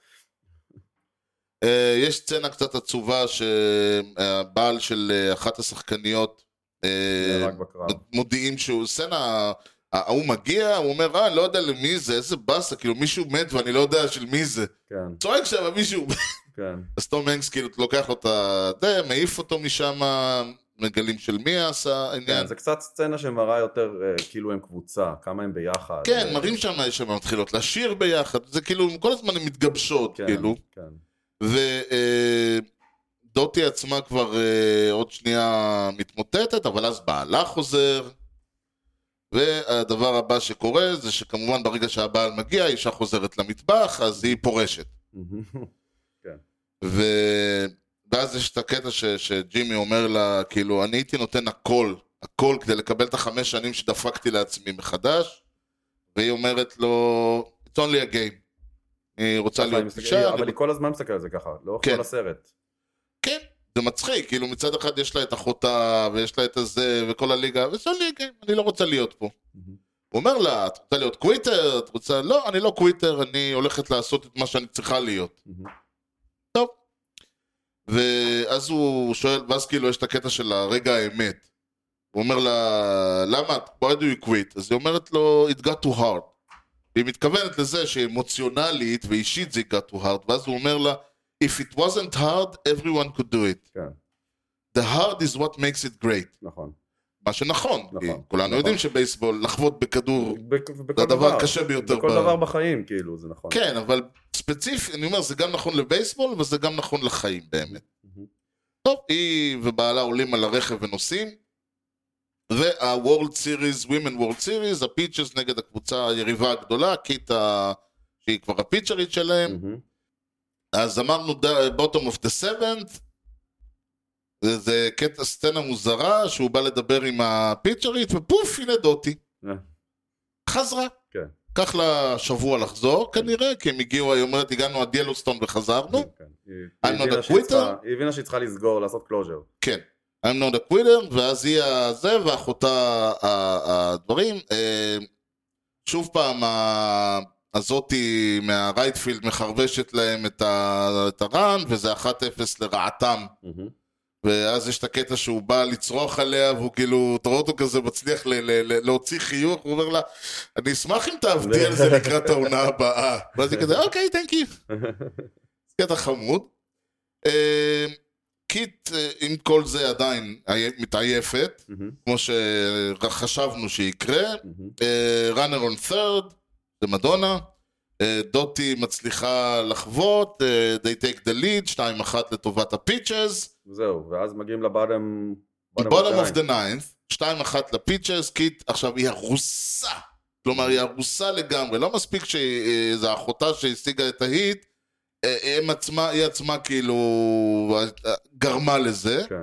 S1: אה, יש סצנה קצת עצובה שהבעל של אה, אחת השחקניות, אה,
S2: נהרג בקרב.
S1: מודיעים שהוא, סצנה, ההוא מגיע, הוא אומר, אה, אני לא יודע למי זה, איזה באסה, כאילו מישהו מת ואני לא יודע של מי זה.
S2: כן,
S1: צועק שם מישהו,
S2: כן.
S1: אז תום הנקס כאילו לוקח לו את ה... זה, מעיף אותו משם, מגלים של מי עשה
S2: כן,
S1: עניין.
S2: זה קצת סצנה שמראה יותר אה, כאילו הם קבוצה, כמה הם ביחד.
S1: כן,
S2: אה,
S1: מראים שם, יש שם מתחילות לשיר ביחד, זה כאילו, כל הזמן הן מתגבשות,
S2: כן,
S1: כאילו.
S2: כן. (laughs)
S1: ודוטי אה, עצמה כבר אה, עוד שנייה מתמוטטת, אבל אז בעלה חוזר. והדבר הבא שקורה זה שכמובן ברגע שהבעל מגיע, האישה חוזרת למטבח, אז היא פורשת.
S2: מהמם.
S1: ו... ואז יש את הקטע ש... שג'ימי אומר לה, כאילו, אני הייתי נותן הכל, הכל כדי לקבל את החמש שנים שדפקתי לעצמי מחדש, והיא אומרת לו, it's only a game. היא רוצה
S2: אבל נכון, היא
S1: להיות
S2: מסתכלת-
S1: אישה, אני
S2: אבל היא כל הזמן מסתכלת על זה ככה, לאורך
S1: כן.
S2: כל הסרט.
S1: כן, זה מצחיק, כאילו מצד אחד יש לה את אחותה, ויש לה את הזה, וכל הליגה, וסולי, כן, אני לא רוצה להיות פה.
S2: מהמם.
S1: הוא אומר לה, את רוצה להיות קוויטר? את רוצה... לא, אני לא קוויטר, אני הולכת לעשות את מה שאני צריכה להיות.
S2: מהמם.
S1: טוב. ואז הוא שואל, ואז כאילו יש את הקטע של הרגע האמת. הוא אומר לה, למה את, why do you quit? אז היא אומרת לו, it got too hard. והיא מתכוונת לזה שאמוציונלית ואישית זה got too hard, ואז הוא אומר לה, if it wasn't hard, everyone could do it.
S2: כן,
S1: The hard is what makes it great.
S2: נכון.
S1: מה שנכון,
S2: נכון,
S1: כי כולנו
S2: נכון.
S1: יודעים שבייסבול, לחבוט בכדור
S2: בכ- בכל
S1: זה הדבר
S2: דבר.
S1: הקשה ביותר.
S2: בכל
S1: ב-
S2: דבר בחיים, כאילו, זה נכון.
S1: כן, אבל ספציפי, אני אומר, זה גם נכון לבייסבול, וזה גם נכון לחיים באמת.
S2: מהמם.
S1: טוב, היא ובעלה עולים על הרכב ונוסעים, וה-World Series, Women World Series, הפיצ'רס נגד הקבוצה היריבה הגדולה, קיטה, שהיא כבר הפיצ'רית שלהם,
S2: מהמם.
S1: אז אמרנו ד- bottom of the seventh זה, זה קטע סצנה מוזרה שהוא בא לדבר עם הפיצ'רית ופוף הנה דוטי
S2: אה.
S1: חזרה
S2: כן.
S1: קח לה שבוע לחזור כנראה כי הם הגיעו היא אומרת הגענו עד ילוסטון וחזרנו
S2: כן. היא-
S1: I'm
S2: היא
S1: not
S2: הבינה
S1: a
S2: שהיא
S1: quitter.
S2: צריכה- היא הבינה שהיא צריכה לסגור, לעשות קלוז'ר.
S1: כן I'm not a quitter ואז היא הזה ואחותה ה- הדברים אה, שוב פעם ה- הזאתי מהרייטפילד מחרבשת להם את ה- את הרן וזה 1-0 לרעתם
S2: מהמם. (laughs)
S1: ואז יש את הקטע שהוא בא לצרוח עליה, והוא כאילו, אתה רואה אותו כזה מצליח ל- ל- ל- להוציא חיוך, הוא אומר לה, אני אשמח אם תעבדי על זה לקראת העונה הבאה. ואז היא כזה, אוקיי, תן קיף. קטע חמוד. אה, קיט, אה, עם כל זה עדיין עי- מתעייפת,
S2: מהמם.
S1: כמו שחשבנו שיקרה.
S2: מהמם.
S1: ראנר און third, זה מדונה. אה, דוטי מצליחה לחוות, אה, they take the lead, 2-1 לטובת הפיצ'ז.
S2: זהו, ואז מגיעים לבאדם...
S1: בוטום אוף דה ניינס, 2-1 לפיצ'רס, קיט עכשיו היא הרוסה. כלומר, היא הרוסה לגמרי. לא מספיק שזו אחותה שהשיגה את ההיט, אה, הם עצמה, היא עצמה כאילו אה, גרמה לזה.
S2: כן.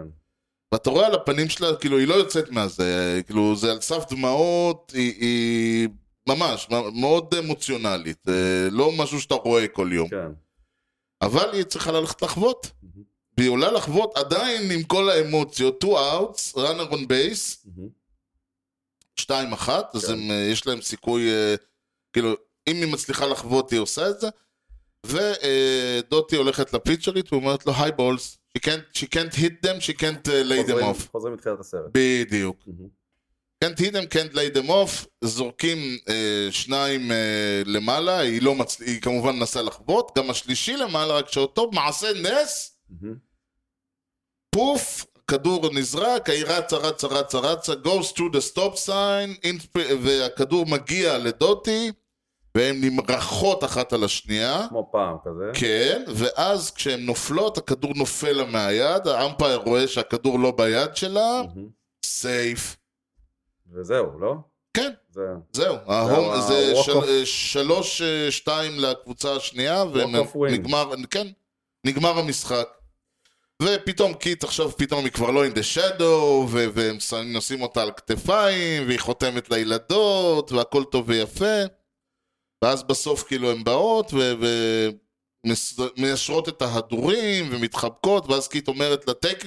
S1: ואתה רואה על הפנים שלה, כאילו, היא לא יוצאת מהזה. כאילו, זה על סף דמעות, היא, היא ממש מאוד אמוציונלית. אה, לא משהו שאתה רואה כל יום.
S2: כן.
S1: אבל היא צריכה ללכת לחוות.
S2: מהמם.
S1: והיא עולה לחוות עדיין עם כל האמוציות, 2 outs, runner on base,
S2: מהמם.
S1: 2-1, אז
S2: כן.
S1: הם, אה, יש להם סיכוי, אה, כאילו, אם היא מצליחה לחוות, היא עושה את זה. ודוטי הולכת לפיצ'רית ואומרת לו, היי בולס, she can't, she can't hit them, she can't uh, lay them
S2: חוזרים-
S1: off.
S2: חוזרים מתחילת הסרט.
S1: בדיוק.
S2: מהמם.
S1: קנט הידם, קנט ליידם אוף, זורקים אה, שניים אה, למעלה, היא, לא מצל... היא כמובן מנסה לחבוט, גם השלישי למעלה, רק שאותו מעשה נס,
S2: מהמם.
S1: פוף, כדור נזרק, היא רצה, רצה, רצה, רצה, goes to the stop sign, in... והכדור מגיע לדוטי, והן נמרחות אחת על השנייה.
S2: כמו פעם כזה.
S1: כן, ואז כשהן נופלות, הכדור נופל לה מהיד, האמפייר רואה שהכדור לא ביד שלה,
S2: מהמם.
S1: סייף.
S2: וזהו, לא?
S1: כן.
S2: זה
S1: זהו, ההום
S2: ה-
S1: זה
S2: walk
S1: של-
S2: off.
S1: אה, שלוש אה, שתיים לקבוצה השנייה,
S2: off win.
S1: ונגמר, כן, נגמר המשחק. ופתאום קיט עכשיו, פתאום היא כבר לא in the shadow, ו- והם ש- נושאים אותה על כתפיים, והיא חותמת לילדות, והכל טוב ויפה. ואז בסוף כאילו הן באות, ו... ו- מס- מיישרות את ההדורים ומתחבקות, ואז קיט אומרת לה, take,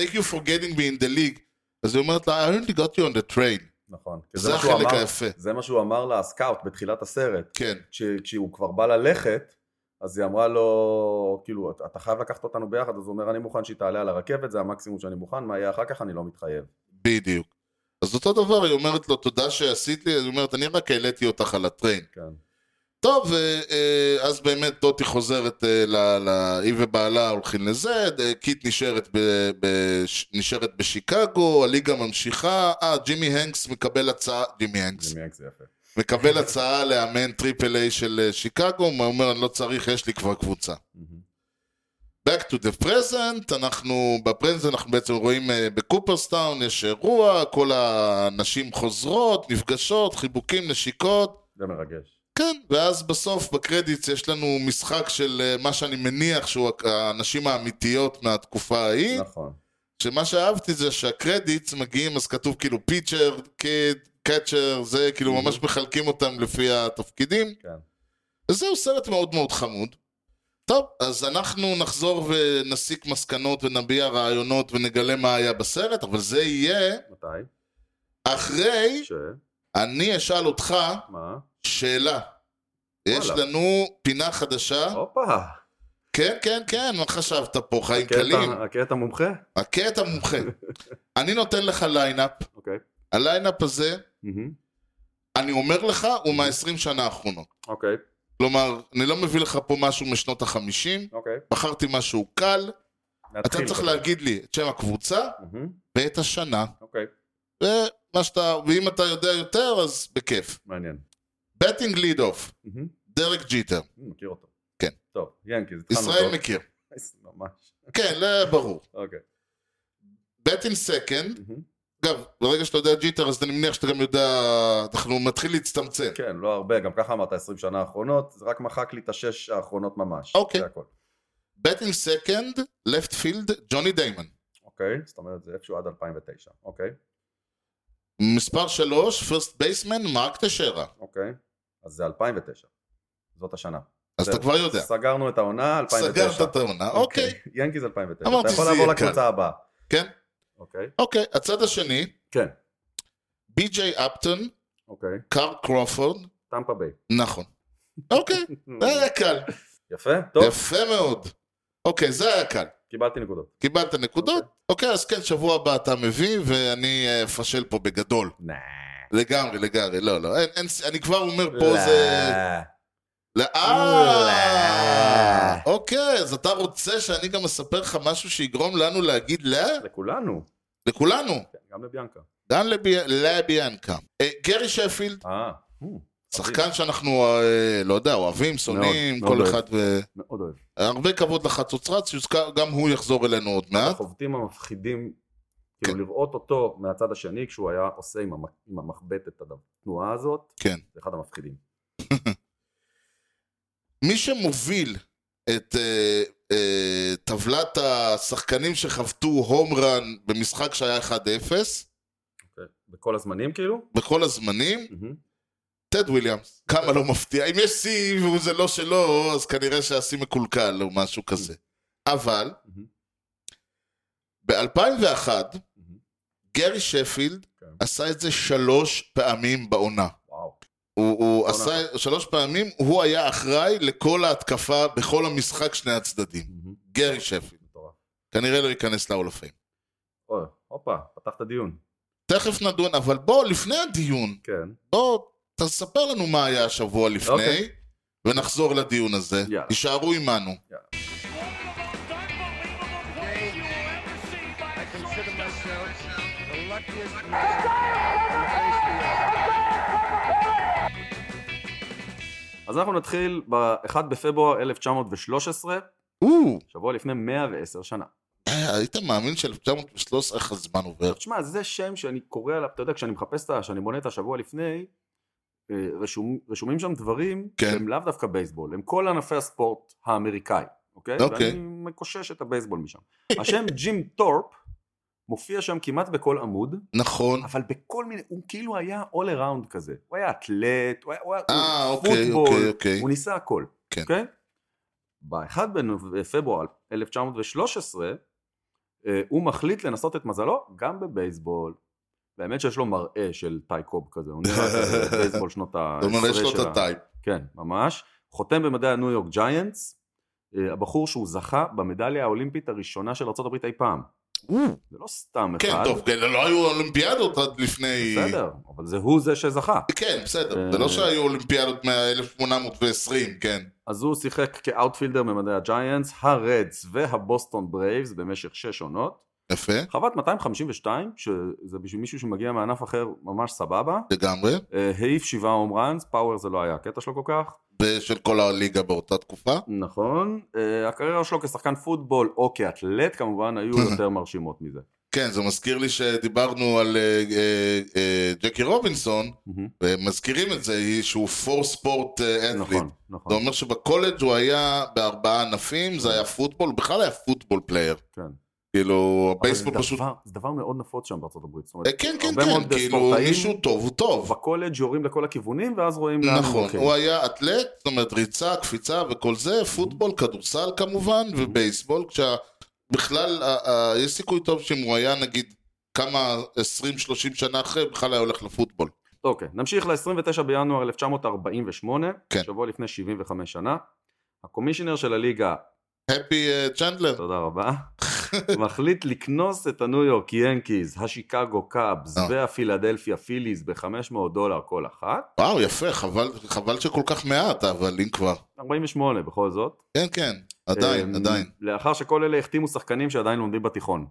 S1: take you for getting me in the league. אז היא אומרת לה, I only got you on the train.
S2: נכון. כי
S1: זה
S2: מה שהוא
S1: החלק
S2: אמר-
S1: היפה.
S2: זה מה שהוא אמר לה, הסקאוט, בתחילת הסרט.
S1: כן.
S2: כש, כשהוא כבר בא ללכת, אז היא אמרה לו, כאילו, "אתה- אתה חייב לקחת אותנו ביחד, אז הוא אומר, אני מוכן שהיא תעלה על הרכבת, זה המקסימום שאני מוכן, מה יהיה אחר כך, אני לא מתחייב.
S1: בדיוק. אז אותו דבר, היא אומרת לו, תודה שעשית לי, אז היא אומרת, אני רק העליתי אותך על הטריין.
S2: כן.
S1: טוב, אה, אה, אז באמת דוטי חוזרת, אה, ל- ל- היא ובעלה הולכים לזה, אה, קיט נשארת, ב, ב, נשארת בשיקגו, הליגה ממשיכה, אה, ג'ימי הנקס מקבל הצעה, ג'ימי הנקס,
S2: זה מייק זה יפה.
S1: מקבל הצעה לאמן טריפל איי של אה, שיקגו, הוא אומר, אני לא צריך, יש לי כבר קבוצה.
S2: מהמם.
S1: Back to the present, אנחנו בפרזנט אנחנו בעצם רואים אה, בקופרסטאון יש אירוע, כל הנשים חוזרות, נפגשות, חיבוקים, נשיקות,
S2: זה מרגש.
S1: כן, ואז בסוף בקרדיטס יש לנו משחק של אה, מה שאני מניח שהוא הק- הנשים האמיתיות מהתקופה ההיא,
S2: נכון.
S1: שמה שאהבתי זה שהקרדיטס מגיעים אז כתוב כאילו פיצ'ר, קיד, קאצ'ר, זה כאילו ממש מחלקים אותם לפי התפקידים.
S2: כן.
S1: וזהו סרט מאוד מאוד חמוד. טוב, אז אנחנו נחזור ונסיק מסקנות ונביע רעיונות ונגלה מה היה בסרט, אבל זה יהיה
S2: מתי?
S1: אחרי
S2: ש...
S1: אני אשאל אותך
S2: מה?
S1: שאלה. יש
S2: וואלה.
S1: לנו פינה חדשה.
S2: הופה!
S1: כן, כן, כן, מה חשבת פה? חיים
S2: הקטע-
S1: קלים.
S2: הקטע מומחה?
S1: הקטע מומחה. אני נותן לך ליינאפ.
S2: אוקיי.
S1: הליינאפ הזה,
S2: מהמם.
S1: אני אומר לך, הוא מה-20 שנה האחרונות.
S2: אוקיי,
S1: כלומר, אני לא מביא לך פה משהו משנות החמישים,
S2: אוקיי.
S1: בחרתי משהו קל, אתה
S2: נתחיל
S1: צריך
S2: כזה.
S1: להגיד לי את שם הקבוצה
S2: מהמם.
S1: ואת השנה,
S2: אוקיי,
S1: ומה שאתה, ואם אתה יודע יותר, אז בכיף.
S2: מעניין.
S1: בטינג ליד אוף,
S2: מהמם.
S1: דרק ג'יטר,
S2: מכיר אותו.
S1: כן.
S2: טוב, ינקיז, התחלנו
S1: ישראל
S2: לא טוב. (laughs)
S1: מכיר.
S2: ממש.
S1: כן, זה ברור.
S2: אוקיי.
S1: בטינג סקנד,
S2: מהמם.
S1: אגב, ברגע שאתה יודע ג'יטר, אז אני מניח שאתה גם יודע, אנחנו מתחיל להצטמצם.
S2: כן, לא הרבה, גם ככה אמרת 20 שנה האחרונות, זה רק מחק לי את השש האחרונות ממש.
S1: אוקיי.
S2: זה הכל.
S1: בטינג סקנד, לפט פילד, ג'וני דיימן.
S2: אוקיי, זאת אומרת זה איפשהו עד 2009. אוקיי,
S1: מספר שלוש, פרסט בייסמן, מרק תשרה.
S2: אוקיי. אז זה 2009. זאת השנה.
S1: אז אתה
S2: זהו.
S1: כבר יודע.
S2: סגרנו את העונה, 2009.
S1: סגרת את העונה, אוקיי,
S2: ינקיז 2009.
S1: אמרתי,
S2: אתה יכול
S1: זה
S2: לעבור
S1: יהיה קל.
S2: לקבוצה הבאה.
S1: כן.
S2: אוקיי.
S1: אוקיי. הצד השני,
S2: כן.
S1: בי ג'יי אפטון,
S2: אוקיי.
S1: קארל קרופורד,
S2: טמפה ביי.
S1: נכון.
S2: (laughs)
S1: אוקיי, זה היה קל.
S2: יפה, טוב.
S1: יפה מאוד. אוקיי, זה היה קל.
S2: קיבלתי נקודות.
S1: קיבלת נקודות. אוקיי, אז כן, שבוע הבא אתה מביא, ואני אה, אפשל פה בגדול.
S2: נה.
S1: לגמרי, לגמרי. לא, לא. אין, אין, ס- אני כבר אומר פה
S2: לא.
S1: זה... לא, אה,
S2: לא.
S1: אוקיי, אז אתה רוצה שאני גם אספר לך משהו שיגרום לנו להגיד לא?
S2: לכולנו.
S1: לכולנו.
S2: כן, גם לביאנקה.
S1: גם לבי- לביאנקה. אה, גרי שפילד,
S2: אה.
S1: שחקן שאנחנו, אה, לא יודע, אוהבים, שונאים,
S2: מאוד
S1: כל
S2: אוהב.
S1: אחד ו...
S2: מאוד אוהב.
S1: הרבה כבוד לחצוצרץ, שיוזכר- גם הוא יחזור אלינו עוד מעט.
S2: החובטים המפחידים,
S1: אה? כן.
S2: כאילו לראות אותו מהצד השני כשהוא היה עושה עם המ- עם המחבט את התנועה הזאת,
S1: כן.
S2: זה אחד המפחידים.
S1: מי שמוביל את אה, אה, טבלת השחקנים שחבטו הום רן במשחק שהיה 1-0,
S2: אוקיי. בכל הזמנים כאילו?
S1: בכל הזמנים,
S2: מהמם.
S1: טד וויליאמס. כמה לא מפתיע. אם יש שיא והוא זה לא שלו, אז כנראה שהשיא מקולקל או משהו כזה. אבל,
S2: מהמם.
S1: ב-2001,
S2: מהמם.
S1: גרי שפילד
S2: כן.
S1: עשה את זה שלוש פעמים בעונה.
S2: וואו.
S1: הוא, הוא
S2: בעונה.
S1: עשה שלוש פעמים, הוא היה אחראי לכל ההתקפה בכל המשחק שני הצדדים. גרי שפילד.
S2: מטורף.
S1: כנראה לא ייכנס לאולפים.
S2: אוי, הופה, פתח את הדיון.
S1: תכף נדון, אבל בוא, לפני הדיון,
S2: כן.
S1: בוא, תספר לנו מה היה השבוע לפני,
S2: אוקיי.
S1: ונחזור לדיון הזה.
S2: יאללה.
S1: יישארו עמנו.
S4: I consider myself the luckiest man
S2: אז אנחנו נתחיל ב-1 בפברואר 1913,
S1: או,
S2: שבוע לפני 110 שנה.
S1: אה, היית מאמין ש-1913 איך הזמן עובר?
S2: תשמע, זה שם שאני קורא עליו, אתה יודע, כשאני מחפש את ה... כשאני בונה את השבוע לפני, אה, רשום, רשומים שם דברים
S1: כן.
S2: שהם לאו דווקא בייסבול, הם כל ענפי הספורט האמריקאי, אוקיי?
S1: אוקיי.
S2: ואני מקושש את הבייסבול משם. השם (laughs) ג'ים טורפ מופיע שם כמעט בכל עמוד,
S1: נכון.
S2: אבל בכל מיני, הוא כאילו היה all around כזה. הוא היה אתלט, הוא היה, הוא היה
S1: אה,
S2: הוא
S1: אוקיי,
S2: פוטבול,
S1: אוקיי, אוקיי.
S2: הוא ניסה הכל.
S1: כן.
S2: אוקיי? ב-1 בנוב- בפברואר 1913, אה, הוא מחליט לנסות את מזלו גם בבייסבול. באמת שיש לו מראה של טייקוב כזה, הוא נראה
S1: (laughs)
S2: כזה בייסבול שנות ה-10
S1: זאת אומרת, יש לו את הטייפ.
S2: כן, ממש. חותם במדעי הניו יורק ג'יינטס, אה, הבחור שהוא זכה במדליה האולימפית הראשונה של ארה"ב אי פעם. זה לא סתם אחד.
S1: כן, טוב, כן, לא היו אולימפיאדות עד לפני...
S2: בסדר, אבל זה הוא זה שזכה.
S1: כן, בסדר.
S2: אה.
S1: זה לא שהיו אולימפיאדות מ-1820, כן.
S2: אז הוא שיחק כאוטפילדר במדעי הג'יינטס, הרדס והבוסטון ברייבס במשך שש עונות.
S1: יפה,
S2: חוות 252, שזה בשביל מישהו שמגיע מענף אחר ממש סבבה.
S1: לגמרי.
S2: אה, העיף שבעה הום ראנס, פאוור זה לא היה הקטע שלו כל כך.
S1: ושל כל הליגה באותה תקופה.
S2: נכון. אה, הקריירה שלו כשחקן פוטבול או כאתלט כמובן
S1: (coughs)
S2: היו יותר מרשימות מזה.
S1: כן, זה מזכיר לי שדיברנו על אה, אה, אה, ג'קי רובינסון,
S2: מהמם.
S1: ומזכירים את זה, היא שהוא פור ספורט אתליט.
S2: נכון, נכון.
S1: זה אומר שבקולג' הוא היה בארבעה ענפים, זה היה פוטבול, הוא בכלל היה פוטבול פלייר.
S2: כן.
S1: כאילו,
S2: אבל זה
S1: הבייסבול פשוט...
S2: דבר- זה דבר מאוד נפוץ שם בארצות הברית. זאת אומרת,
S1: אה, כן, כן,
S2: הרבה מאוד
S1: כן, כאילו,
S2: ספורטאים-
S1: מישהו טוב הוא טוב.
S2: בקולג' יורים לכל הכיוונים ואז רואים לאן הם
S1: נכון,
S2: הולכים.
S1: הוא היה אתלט, זאת אומרת ריצה, קפיצה וכל זה, פוטבול, כדורסל כמובן, ובייסבול, כשבכלל ה- ה- יש סיכוי טוב שאם הוא היה נגיד כמה 20-30 שנה אחרי, בכלל היה הולך לפוטבול.
S2: אוקיי, נמשיך ל-29 בינואר 1948,
S1: כן.
S2: שבוע לפני 75 שנה. הקומישיונר של הליגה,
S1: הפי אה, צ'נדלר,
S2: תודה רבה,
S1: (laughs)
S2: מחליט לקנוס את הניו יורק ינקיז, השיקגו קאבס
S1: אה.
S2: והפילדלפיה פיליז ב-500 דולר כל אחת.
S1: וואו יפה, חבל, חבל שכל כך מעט, אבל אם כבר.
S2: 48 בכל זאת.
S1: כן, כן, עדיין,
S2: אמ,
S1: עדיין.
S2: לאחר שכל אלה החתימו שחקנים שעדיין לומדים בתיכון.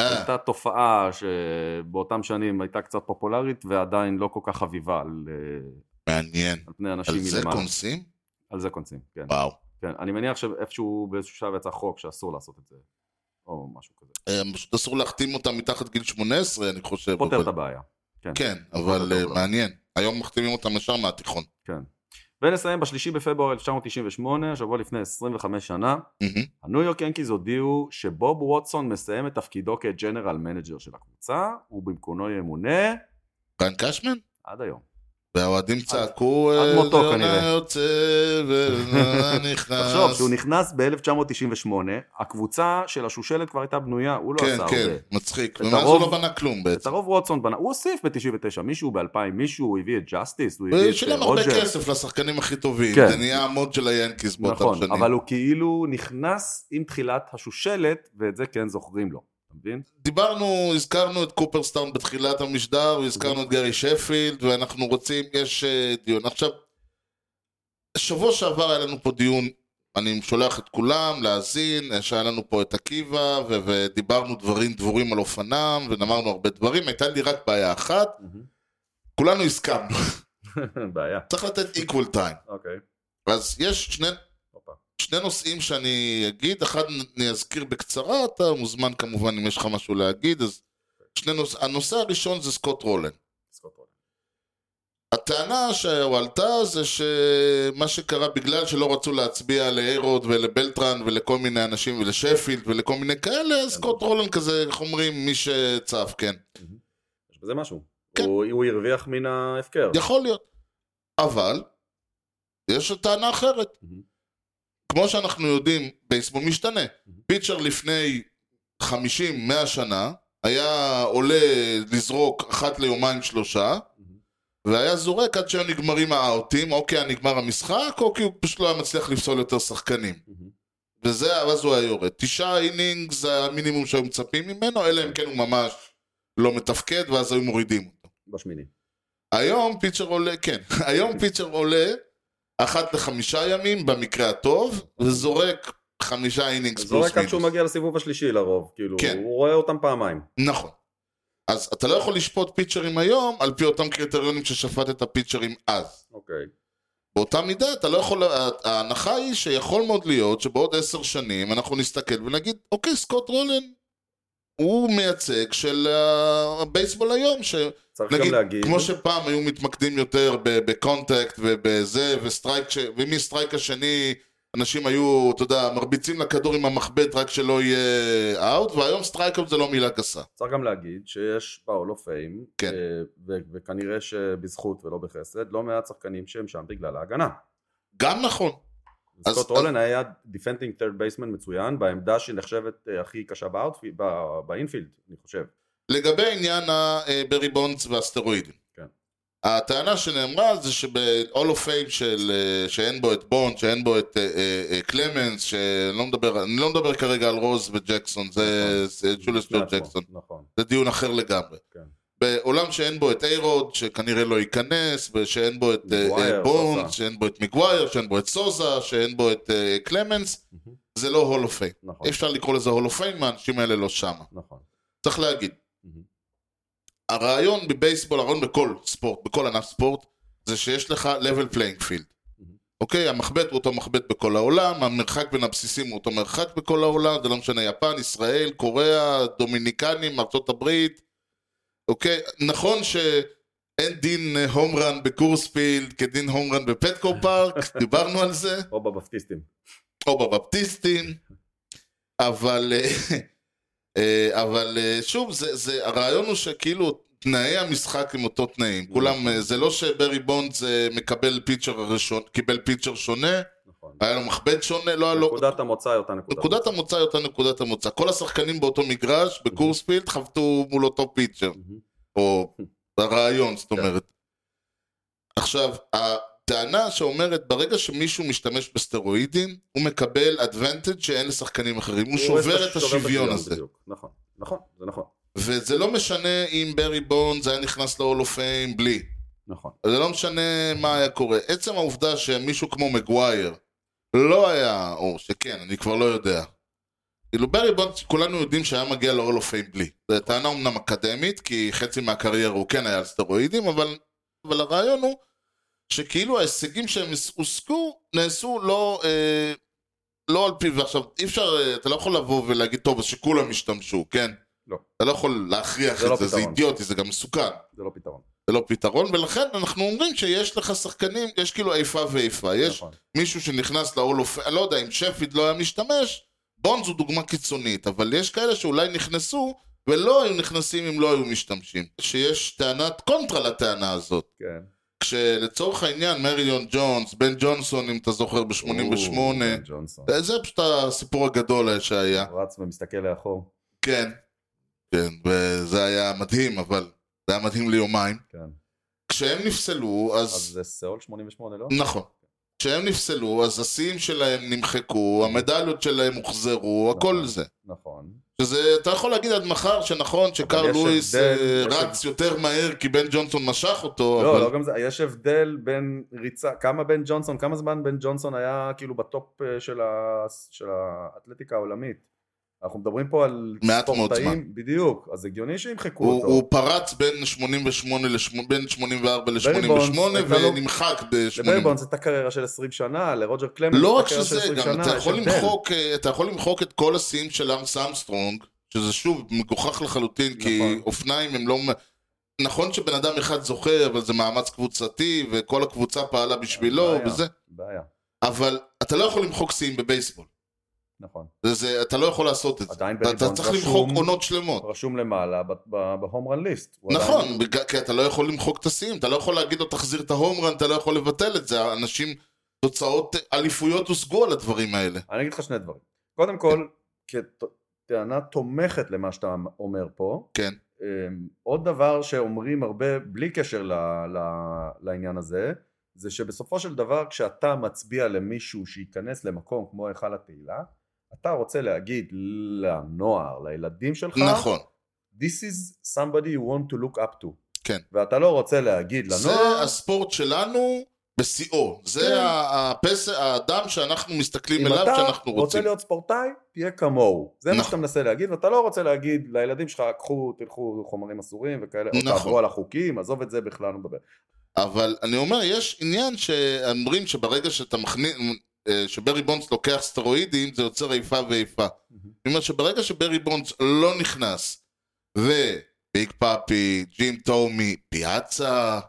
S1: אה,
S2: הייתה תופעה שבאותם שנים הייתה קצת פופולרית ועדיין לא כל כך חביבה על, אה,
S1: מעניין.
S2: על פני אנשים
S1: על זה
S2: מלמעלה.
S1: קונסים?
S2: על זה קונסים, כן.
S1: וואו.
S2: כן, אני מניח שאיפשהו באיזשהו שלב יצא חוק שאסור לעשות את זה, או משהו כזה.
S1: אה, פשוט אסור להחתים אותם מתחת גיל 18, אני חושב.
S2: פותר
S1: אבל-
S2: את הבעיה.
S1: כן,
S2: פותר את
S1: אבל אה,
S2: הבעיה.
S1: מעניין. היום מחתימים אותם ישר מהתיכון.
S2: כן. ונסיים בשלישי בפברואר 1998, שבוע לפני 25 שנה,
S1: מהמם.
S2: הניו יורק ינקיז הודיעו שבוב ווטסון מסיים את תפקידו כג'נרל מנג'ר של הקבוצה, ובמקומו ימונה
S1: רן קשמן?
S2: עד היום.
S1: והאוהדים צעקו,
S2: עד
S1: אה,
S2: מותו
S1: זה עונה
S2: כנראה.
S1: יוצא
S2: (laughs)
S1: ונכנס.
S2: תחשוב, כשהוא נכנס ב-1998, הקבוצה של השושלת כבר הייתה בנויה, הוא לא
S1: כן,
S2: עשה הרבה.
S1: כן, מצחיק.
S2: את
S1: ומאז הוא
S2: הרוב-
S1: לא בנה כלום
S2: את
S1: בעצם.
S2: הרוב ווטסון בנה, הוא הוסיף ב-99 מישהו, ב-2000 מישהו, הוא הביא את ג'סטיס, הוא הביא
S1: הוא
S2: את אה,
S1: שילם הרבה
S2: רוג'רס.
S1: כסף לשחקנים הכי טובים.
S2: כן.
S1: זה נהיה המוד של היאנקיס באותם
S2: נכון,
S1: שנים.
S2: אבל הוא כאילו נכנס עם תחילת השושלת, ואת זה כן זוכרים לו, אתה מבין?
S1: דיברנו, הזכרנו את קופרסטאון בתחילת המשדר, והזכרנו את גרי שפילד, ואנחנו רוצים, יש אה, דיון. עכשיו, שבוע שעבר היה לנו פה דיון, אני שולח את כולם להאזין, אה, שהיה לנו פה את עקיבא, ו- ודיברנו דברים דבורים על אופנם, ונאמרנו הרבה דברים, הייתה לי רק בעיה אחת, כולנו הסכמנו,
S2: (laughs) בעיה,
S1: צריך לתת equal time.
S2: אוקיי.
S1: אז יש שני,
S2: הופה.
S1: שני נושאים שאני אגיד, אחד אני אזכיר בקצרה, אתה מוזמן כמובן אם יש לך משהו להגיד, אז שני נושא, הנושא הראשון זה סקוט רולן.
S2: סקוט רולנד.
S1: הטענה שהועלתה זה שמה שקרה בגלל שלא רצו להצביע לאיירוד ולבלטרן ולכל מיני אנשים ולשפילד ולכל מיני כאלה, אז סקוט רולן כזה, איך אומרים, מי שצף, כן.
S2: יש בזה משהו.
S1: כן.
S2: הוא הוא הרוויח מן ההפקר.
S1: יכול להיות. אבל, יש טענה אחרת.
S2: מהמם.
S1: כמו שאנחנו יודעים, בייסבול משתנה. פיצ'ר לפני 50-100 שנה, היה עולה לזרוק אחת ליומיים שלושה, והיה זורק עד שהיו נגמרים האאוטים, או כי היה נגמר המשחק, או כי הוא פשוט לא היה מצליח לפסול יותר שחקנים. וזה, אז הוא היה יורד. תשעה אינינג זה המינימום שהיו מצפים ממנו, אלא אם כן הוא ממש לא מתפקד, ואז היו מורידים אותו.
S2: בשמיני.
S1: היום פיצ'ר עולה, כן, (laughs) היום פיצ'ר עולה אחת לחמישה ימים במקרה הטוב, וזורק חמישה אינינגס פלוס
S2: זורק עד שהוא
S1: מינוס.
S2: מגיע לסיבוב השלישי לרוב, כאילו,
S1: כן.
S2: הוא רואה אותם פעמיים.
S1: נכון. אז אתה לא יכול לשפוט פיצ'רים היום על פי אותם קריטריונים ששפטת פיצ'רים אז.
S2: אוקיי.
S1: באותה מידה אתה לא יכול, ההנחה היא שיכול מאוד להיות שבעוד עשר שנים אנחנו נסתכל ונגיד, אוקיי, סקוט רולן הוא מייצג של אה, הבייסבול היום, ש...
S2: צריך גם
S1: נגיד,
S2: להגיד,
S1: כמו שפעם היו מתמקדים יותר ב- בקונטקט ובזה, וסטרייק, ש... ומסטרייק השני אנשים היו, אתה יודע, מרביצים לכדור עם המחבט רק שלא יהיה אאוט, והיום סטרייקאוט זה לא מילה גסה.
S2: צריך גם להגיד שיש בהול אוף פיים,
S1: כן.
S2: אה, וכנראה שבזכות ולא בחסד, לא מעט שחקנים שהם שם בגלל ההגנה.
S1: גם נכון. אז-
S2: סקוט
S1: אז-
S2: רולן היה דיפנטינג טרד בייסמן מצוין, בעמדה שנחשבת אה, הכי קשה באאוטפי- ב- באינפילד, אני חושב.
S1: לגבי עניין הברי בונדס והסטרואידים.
S2: כן.
S1: הטענה שנאמרה זה שב-all of fame של, אה, שאין בו את בונד, שאין בו את אה, אה, אה, קלמנס, שלא מדבר, אני לא מדבר כרגע על רוז וג'קסון, זה, זה ג'וליוס
S2: בפני
S1: ג'ו
S2: עצמו,
S1: ג'קסון.
S2: נכון.
S1: זה דיון אחר לגמרי.
S2: כן.
S1: בעולם שאין בו את איירוד, שכנראה לא ייכנס, ושאין בו את אה,
S2: מגווייר, לא
S1: אה, בונד,
S2: סוזה.
S1: שאין בו את מגווייר, שאין בו את סוזה, שאין בו את אה, קלמנס,
S2: מהמם.
S1: זה לא הול אוף פיים.
S2: נכון,
S1: אי אפשר לקרוא לזה הול אוף פיים, האנשים האלה לא שמה.
S2: נכון.
S1: צריך להגיד.
S2: מהמם.
S1: הרעיון בבייסבול, הרעיון בכל ספורט, בכל ענף ספורט, זה שיש לך level playing field.
S2: מהמם.
S1: אוקיי, המחבט הוא אותו מחבט בכל העולם, המרחק בין הבסיסים הוא אותו מרחק בכל העולם, זה לא משנה, יפן, ישראל, קוריאה, דומיניקנים, ארצות הברית, אוקיי, נכון שאין דין אה, הום רן בקורספילד כדין הום רן בפטקו פארק, דיברנו על זה.
S2: או בבפטיסטים.
S1: או בבפטיסטים, אבל, אה, (laughs) אה, אבל אה, שוב, זה, זה, הרעיון הוא שכאילו תנאי המשחק הם אותו תנאים. כולם, אה, זה לא שברי בונדס אה, מקבל פיצ'ר הראשון, קיבל פיצ'ר שונה,
S2: נכון.
S1: היה לו מחבט שונה, לא היה לו...
S2: נקודת המוצא היא אותה נקודת
S1: נקודת
S2: המוצא.
S1: המוצא היא אותה נקודת המוצא. כל השחקנים באותו מגרש, בקורספילד, חבטו מול אותו פיצ'ר.
S2: מהמם.
S1: (laughs) או ברעיון, זאת אומרת. עכשיו, הטענה שאומרת, ברגע שמישהו משתמש בסטרואידים, הוא מקבל אדוונטג' שאין לשחקנים אחרים. הוא שובר את השוויון הזה.
S2: בדיוק. נכון, נכון, זה נכון.
S1: וזה לא משנה אם ברי בונדס היה נכנס ל-all of fame בלי.
S2: נכון.
S1: זה לא משנה מה היה קורה. עצם העובדה שמישהו כמו מגווייר לא היה, או שכן, אני כבר לא יודע. כאילו ברי בונדס, כולנו יודעים שהיה מגיע ל-all of fame בלי. זו טענה אמנם אקדמית, כי חצי מהקריירה הוא כן היה על סטרואידים, אבל, אבל הרעיון הוא שכאילו ההישגים שהם הושגו, נעשו לא, אה, לא על פיו. ועכשיו, אי אפשר, אה, אתה לא יכול לבוא ולהגיד, טוב, אז שכולם ישתמשו, כן?
S2: לא.
S1: אתה לא יכול להכריח
S2: זה
S1: את
S2: לא
S1: זה, זה
S2: פתרון.
S1: אידיוטי, זה גם מסוכן.
S2: זה לא פתרון.
S1: זה לא פתרון, ולכן אנחנו אומרים שיש לך שחקנים, יש כאילו איפה ואיפה. יש
S2: נכון.
S1: מישהו שנכנס ל-all of... אני לא יודע, אם שפיד לא היה משתמש, בונד זו דוגמה קיצונית, אבל יש כאלה שאולי נכנסו, ולא היו נכנסים אם לא היו משתמשים. שיש טענת קונטרה לטענה הזאת.
S2: כן.
S1: כשלצורך העניין מריון ג'ונס, בן ג'ונסון, אם אתה זוכר, ב-88,
S2: או, בן אה, כן, ג'ונסון.
S1: זה פשוט הסיפור הגדול שהיה.
S2: רץ ומסתכל לאחור.
S1: כן. כן, וזה היה מדהים, אבל זה היה מדהים ליומיים.
S2: כן.
S1: כשהם נפסלו,
S2: אז זה סאול 88, לא?
S1: נכון. כשהם נפסלו, אז השיאים שלהם נמחקו, המדליות שלהם הוחזרו, הכל
S2: נכון.
S1: זה.
S2: נכון.
S1: שזה, אתה יכול להגיד עד מחר שנכון שקארל
S2: יש
S1: לואיס
S2: הבדל,
S1: אה,
S2: יש
S1: רץ יותר מהר כי בן ג'ונסון משך אותו,
S2: לא,
S1: אבל...
S2: לא גם זה, יש הבדל בין ריצה, כמה בן ג'ונסון, כמה זמן בן ג'ונסון היה כאילו בטופ אה, של, ה, של האתלטיקה העולמית. אנחנו מדברים פה על
S1: מעט מאוד
S2: בדיוק, אז הגיוני שימחקו
S1: הוא,
S2: אותו.
S1: הוא פרץ בין 88 ל... בין 84 ל-88
S2: בונדס לא- הייתה לו-
S1: ונמחק
S2: לברי
S1: ב-80.
S2: בונדס הייתה קריירה של 20 שנה, לרוג'ר קלמנס
S1: לא רק
S2: הייתה קריירה של
S1: שזה,
S2: 20
S1: גם
S2: שנה,
S1: אתה
S2: יש
S1: יכול,
S2: הבדל.
S1: למחוק, אה, אתה יכול למחוק את כל השיאים של ארנס אמסטרונג, שזה שוב מגוחך לחלוטין, כי
S2: נכון.
S1: אופניים הם לא... מ- נכון שבן אדם אחד זוכה, אבל זה מאמץ קבוצתי, וכל הקבוצה פעלה בשבילו,
S2: בעיה.
S1: וזה,
S2: בעיה,
S1: אבל אתה לא יכול למחוק שיאים בבייסבול.
S2: נכון.
S1: זה- זה, אתה לא יכול לעשות את זה.
S2: עדיין ברי
S1: אתה
S2: בונדס
S1: צריך למחוק
S2: רשום,
S1: עונות שלמות.
S2: רשום למעלה בהום רן ליסט. הוא עדיין-
S1: נכון, בג- כי אתה לא יכול למחוק את השיאים, אתה לא יכול להגיד לו תחזיר את ההום רן, אתה לא יכול לבטל את זה, אנשים, תוצאות, אליפויות הושגו על הדברים האלה.
S2: אני אגיד לך שני דברים. קודם כל, כת- טענה תומכת למה שאתה אומר פה.
S1: כן.
S2: אמ, עוד דבר שאומרים הרבה, בלי קשר ל, ל, לעניין הזה, זה שבסופו של דבר כשאתה מצביע למישהו שייכנס למקום כמו היכל התהילה, אתה רוצה להגיד לנוער, לילדים שלך,
S1: נכון.
S2: This is somebody you want to look up to.
S1: כן.
S2: ואתה לא רוצה להגיד
S1: זה
S2: לנוער,
S1: הספורט שלנו בשיאו.
S2: כן.
S1: זה ה- הפס- האדם שאנחנו מסתכלים
S2: אם
S1: אליו
S2: אתה
S1: כשאנחנו
S2: רוצה
S1: רוצים.
S2: להיות ספורטאי, תהיה כמוהו. זה מה
S1: נכון.
S2: שאתה מנסה להגיד, ואתה לא רוצה להגיד לילדים שלך, קחו, תלכו חומרים אסורים וכאלה, או
S1: נכון.
S2: תעברו על החוקים, עזוב את זה בכלל, לא מדבר.
S1: אבל אני אומר, יש עניין שאומרים שברגע שאתה מכניס... אה, שברי בונדס לוקח סטרואידים, זה יוצר איפה ואיפה. זאת אומרת שברגע שברי בונדס לא נכנס, וביג פאפי, ג'ים טומי, פיאצה,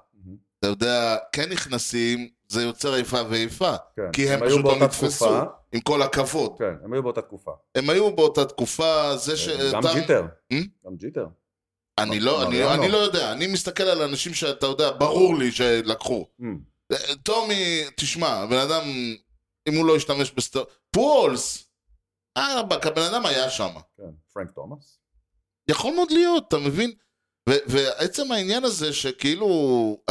S1: אתה יודע, כן נכנסים, זה יוצר איפה ואיפה.
S2: כן,
S1: כי הם
S2: היו
S1: פשוט לא
S2: באותה
S1: נתפסו,
S2: תקופה.
S1: עם כל הכבוד.
S2: כן, הם היו באותה תקופה.
S1: הם היו באותה תקופה, זה ש...
S2: כן, גם
S1: אתה-
S2: ג'יטר.
S1: Hmm?
S2: גם ג'יטר.
S1: אני לא, אני,
S2: מריאנו.
S1: אני לא יודע, אני מסתכל על אנשים שאתה יודע, ברור לי שלקחו.
S2: Hmm.
S1: אה, טומי, תשמע, הבן אדם, אם הוא לא ישתמש בסטר... פולס! ארבק, הבן אדם היה שם.
S2: כן, פרנק תומאס.
S1: יכול מאוד להיות, אתה מבין? ו- ועצם העניין הזה שכאילו,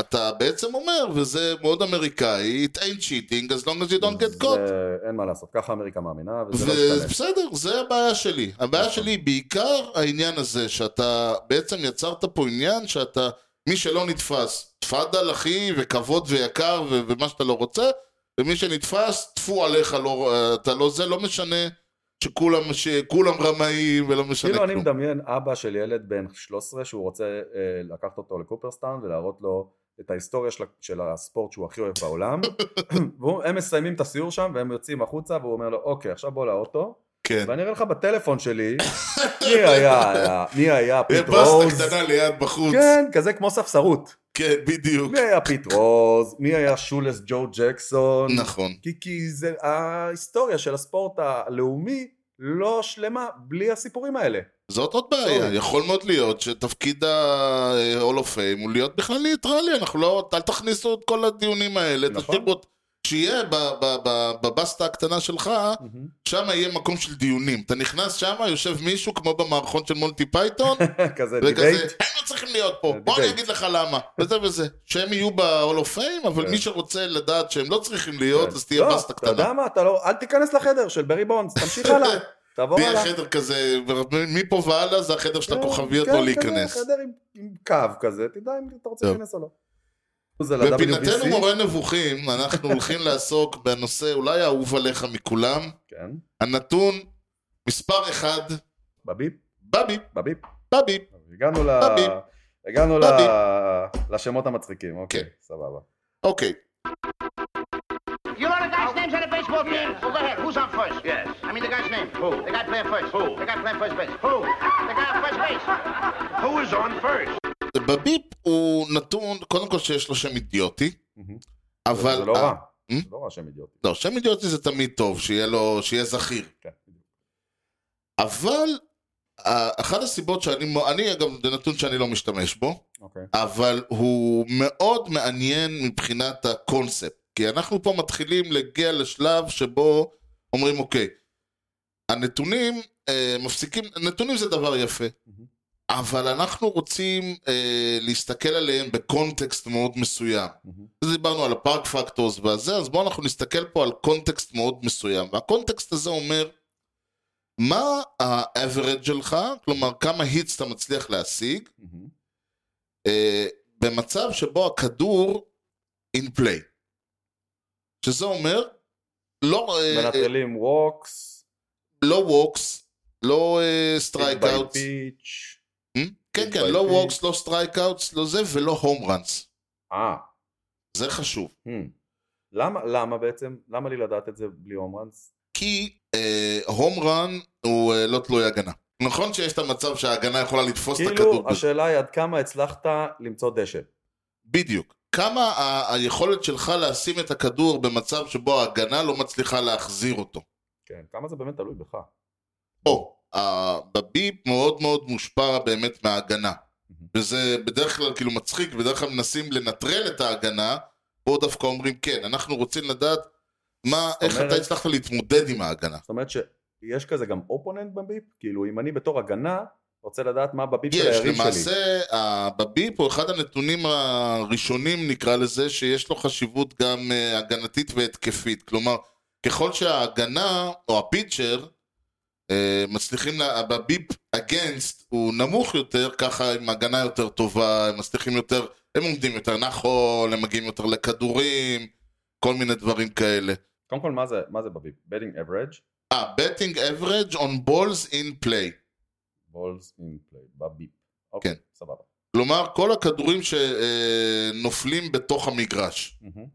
S1: אתה בעצם אומר, וזה מאוד אמריקאי, it ain't cheating, as long as you don't get
S2: זה-
S1: caught.
S2: אין מה לעשות, ככה אמריקה מאמינה, וזה לא ישתנה.
S1: ובסדר, זה הבעיה שלי. הבעיה
S2: נכון.
S1: שלי היא בעיקר העניין הזה, שאתה בעצם יצרת פה עניין שאתה, מי שלא נתפס, תפאדל אחי, וכבוד ויקר, ו- ומה שאתה לא רוצה, ומי שנתפס, טפו עליך, לא, אתה לא זה, לא משנה שכולם, שכולם רמאים, ולא משנה
S2: כאילו אני
S1: כלום.
S2: מדמיין אבא של ילד בן 13 שהוא רוצה אה, לקחת אותו לקופרסטאון ולהראות לו את ההיסטוריה של, ה- של הספורט שהוא הכי אוהב
S1: (coughs)
S2: בעולם והם מסיימים את הסיור שם והם יוצאים החוצה והוא אומר לו אוקיי עכשיו בוא לאוטו
S1: כן.
S2: ואני אראה לך בטלפון
S1: (coughs)
S2: שלי מי היה מי היה
S1: אה,
S2: פיט
S1: בסטה
S2: רוז
S1: קטנה ליד בחוץ.
S2: כן כזה כמו ספסרות
S1: כן, בדיוק.
S2: מי היה פיט רוז מי היה שולס ג'ו ג'קסון
S1: נכון.
S2: כי, כי זה ההיסטוריה של הספורט הלאומי לא שלמה בלי הסיפורים האלה
S1: זאת עוד בעיה,
S2: סורי.
S1: יכול מאוד להיות שתפקיד ה-all of fame הוא להיות בכלל ניטרלי, אנחנו לא, אל תכניסו את כל הדיונים האלה,
S2: נכון.
S1: תשאירו את... שיהיה ב- ב- ב- בבסטה הקטנה שלך, שם יהיה מקום של דיונים. אתה נכנס שם, יושב מישהו כמו במערכון של מונטי
S2: (laughs)
S1: פייתון,
S2: כזה
S1: וכזה,
S2: דיבייט
S1: הם לא צריכים להיות פה, בוא
S2: דיבייט.
S1: אני אגיד לך למה, וזה וזה. שהם יהיו ב-all of fame, אבל
S2: כן.
S1: מי שרוצה לדעת שהם לא צריכים להיות, אז תהיה
S2: לא,
S1: בסטה
S2: אתה
S1: קטנה.
S2: יודע מה, אתה לא, אל תיכנס לחדר של ברי בונדס,
S1: (laughs)
S2: תמשיך הלאה, תעבור
S1: תהיה
S2: הלאה.
S1: חדר כזה, ומפה והלאה זה החדר של
S2: כן,
S1: הכוכביות
S2: כן,
S1: לא
S2: כזה,
S1: להיכנס.
S2: חדר עם- עם קו כזה, תדע אם אתה רוצה
S1: טוב.
S2: להיכנס או לא. זה ל-
S1: בפינתנו
S2: WBC.
S1: מורה נבוכים, אנחנו הולכים לעסוק בנושא אולי האהוב עליך מכולם,
S2: כן,
S1: הנתון מספר אחד,
S2: בביפ,
S1: בבי,
S2: בביפ.
S1: בבי.
S2: הגענו ל...
S1: בביפ.
S2: הגענו ל-
S1: בביפ.
S2: לשמות המצחיקים, אוקיי,
S1: כן.
S2: סבבה.
S1: אוקיי,
S5: You know the guy's names on the baseball team? Well, go ahead. Who's on first? Yes. I mean the guy's name. Who? The guy playing first. Who? The guy playing first base. Who? The guy on first base. Who is on first?
S1: בביפ הוא נתון, קודם כל שיש לו שם אידיוטי,
S2: מהמם.
S1: אבל...
S2: זה לא רע,
S1: אה?
S2: זה לא רע שם אידיוטי.
S1: לא, שם אידיוטי זה תמיד טוב, שיהיה לו, שיהיה זכיר.
S2: כן.
S1: אבל אה, אחת הסיבות שאני, מו- אני אגב, זה נתון שאני לא משתמש בו,
S2: אוקיי.
S1: אבל הוא מאוד מעניין מבחינת הקונספט. כי אנחנו פה מתחילים להגיע לשלב שבו אומרים, אוקיי, הנתונים אה, מפסיקים, נתונים זה דבר יפה,
S2: Mhm.
S1: אבל אנחנו רוצים אה, להסתכל עליהם בקונטקסט מאוד מסוים.
S2: מהמם.
S1: אז דיברנו על הפארק פקטורס והזה, אז בואו אנחנו נסתכל פה על קונטקסט מאוד מסוים. והקונטקסט הזה אומר, מה ה-average שלך, כלומר כמה היטס אתה מצליח להשיג,
S2: מהמם.
S1: אה, במצב שבו הכדור in play. שזה אומר, לא, אה, אה,
S2: מנטרלים ווקס,
S1: לא ווקס, לא סטרייקאוטס,
S2: פיץ'.
S1: כן
S2: hit
S1: כן,
S2: by
S1: לא
S2: pitch.
S1: ווקס, לא סטרייקאוטס, לא זה, ולא הום ראנס.
S2: אה,
S1: זה חשוב.
S2: Hmm. למה, למה בעצם, למה לי לדעת את זה בלי הומרנס?
S1: כי הום רן הוא אה, לא תלוי הגנה. נכון שיש את המצב שההגנה יכולה לתפוס את הכדור,
S2: כאילו, השאלה היא עד כמה הצלחת למצוא דשא.
S1: בדיוק. כמה ה- היכולת שלך לשים את הכדור במצב שבו ההגנה לא מצליחה להחזיר אותו.
S2: כן, כמה זה באמת תלוי בך.
S1: או, ה- בביפ מאוד מאוד מושפע באמת מההגנה. וזה בדרך כלל כאילו מצחיק, בדרך כלל מנסים לנטרל את ההגנה, פה דווקא אומרים כן, אנחנו רוצים לדעת מה, איך
S2: אומרת-
S1: אתה הצלחת להתמודד עם ההגנה.
S2: זאת אומרת יש כזה גם אופוננט בביפ? כאילו, אם אני בתור הגנה רוצה לדעת מה בביפ של
S1: יש,
S2: היריב שלי.
S1: למעשה, ה- בביפ הוא אחד הנתונים הראשונים, נקרא לזה, שיש לו חשיבות גם אה, הגנתית והתקפית. כלומר, ככל שההגנה, או הפיצ'ר, אה, מצליחים, לה- בביפ אגנסט הוא נמוך יותר, ככה עם הגנה יותר טובה, הם מצליחים יותר, הם עומדים יותר נכון, הם מגיעים יותר לכדורים, כל מיני דברים כאלה.
S2: קודם כל, מה זה, מה זה בביפ? בדינג אברג'
S1: אה, betting average on balls in play.
S2: בולס אין פליי, בביפ. אוקיי,
S1: כן.
S2: סבבה.
S1: כלומר, כל הכדורים שנופלים בתוך המגרש.
S2: מהמם,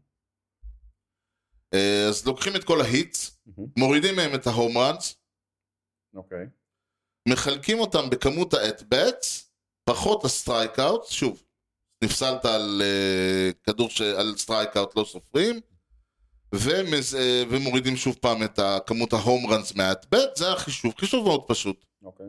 S1: אה, אז לוקחים את כל ההיטס,
S2: מהמם.
S1: מורידים מהם את ההום ראנס,
S2: אוקיי.
S1: מחלקים אותם בכמות האט-בטס, פחות הסטרייק-אוט, שוב, נפסלת על אה, כדור ש... על סטרייק-אוט לא סופרים, ומז... אה, ומורידים שוב פעם את ה- כמות ההום ראנס מהאט-בט, זה החישוב, חישוב מאוד פשוט.
S2: אוקיי.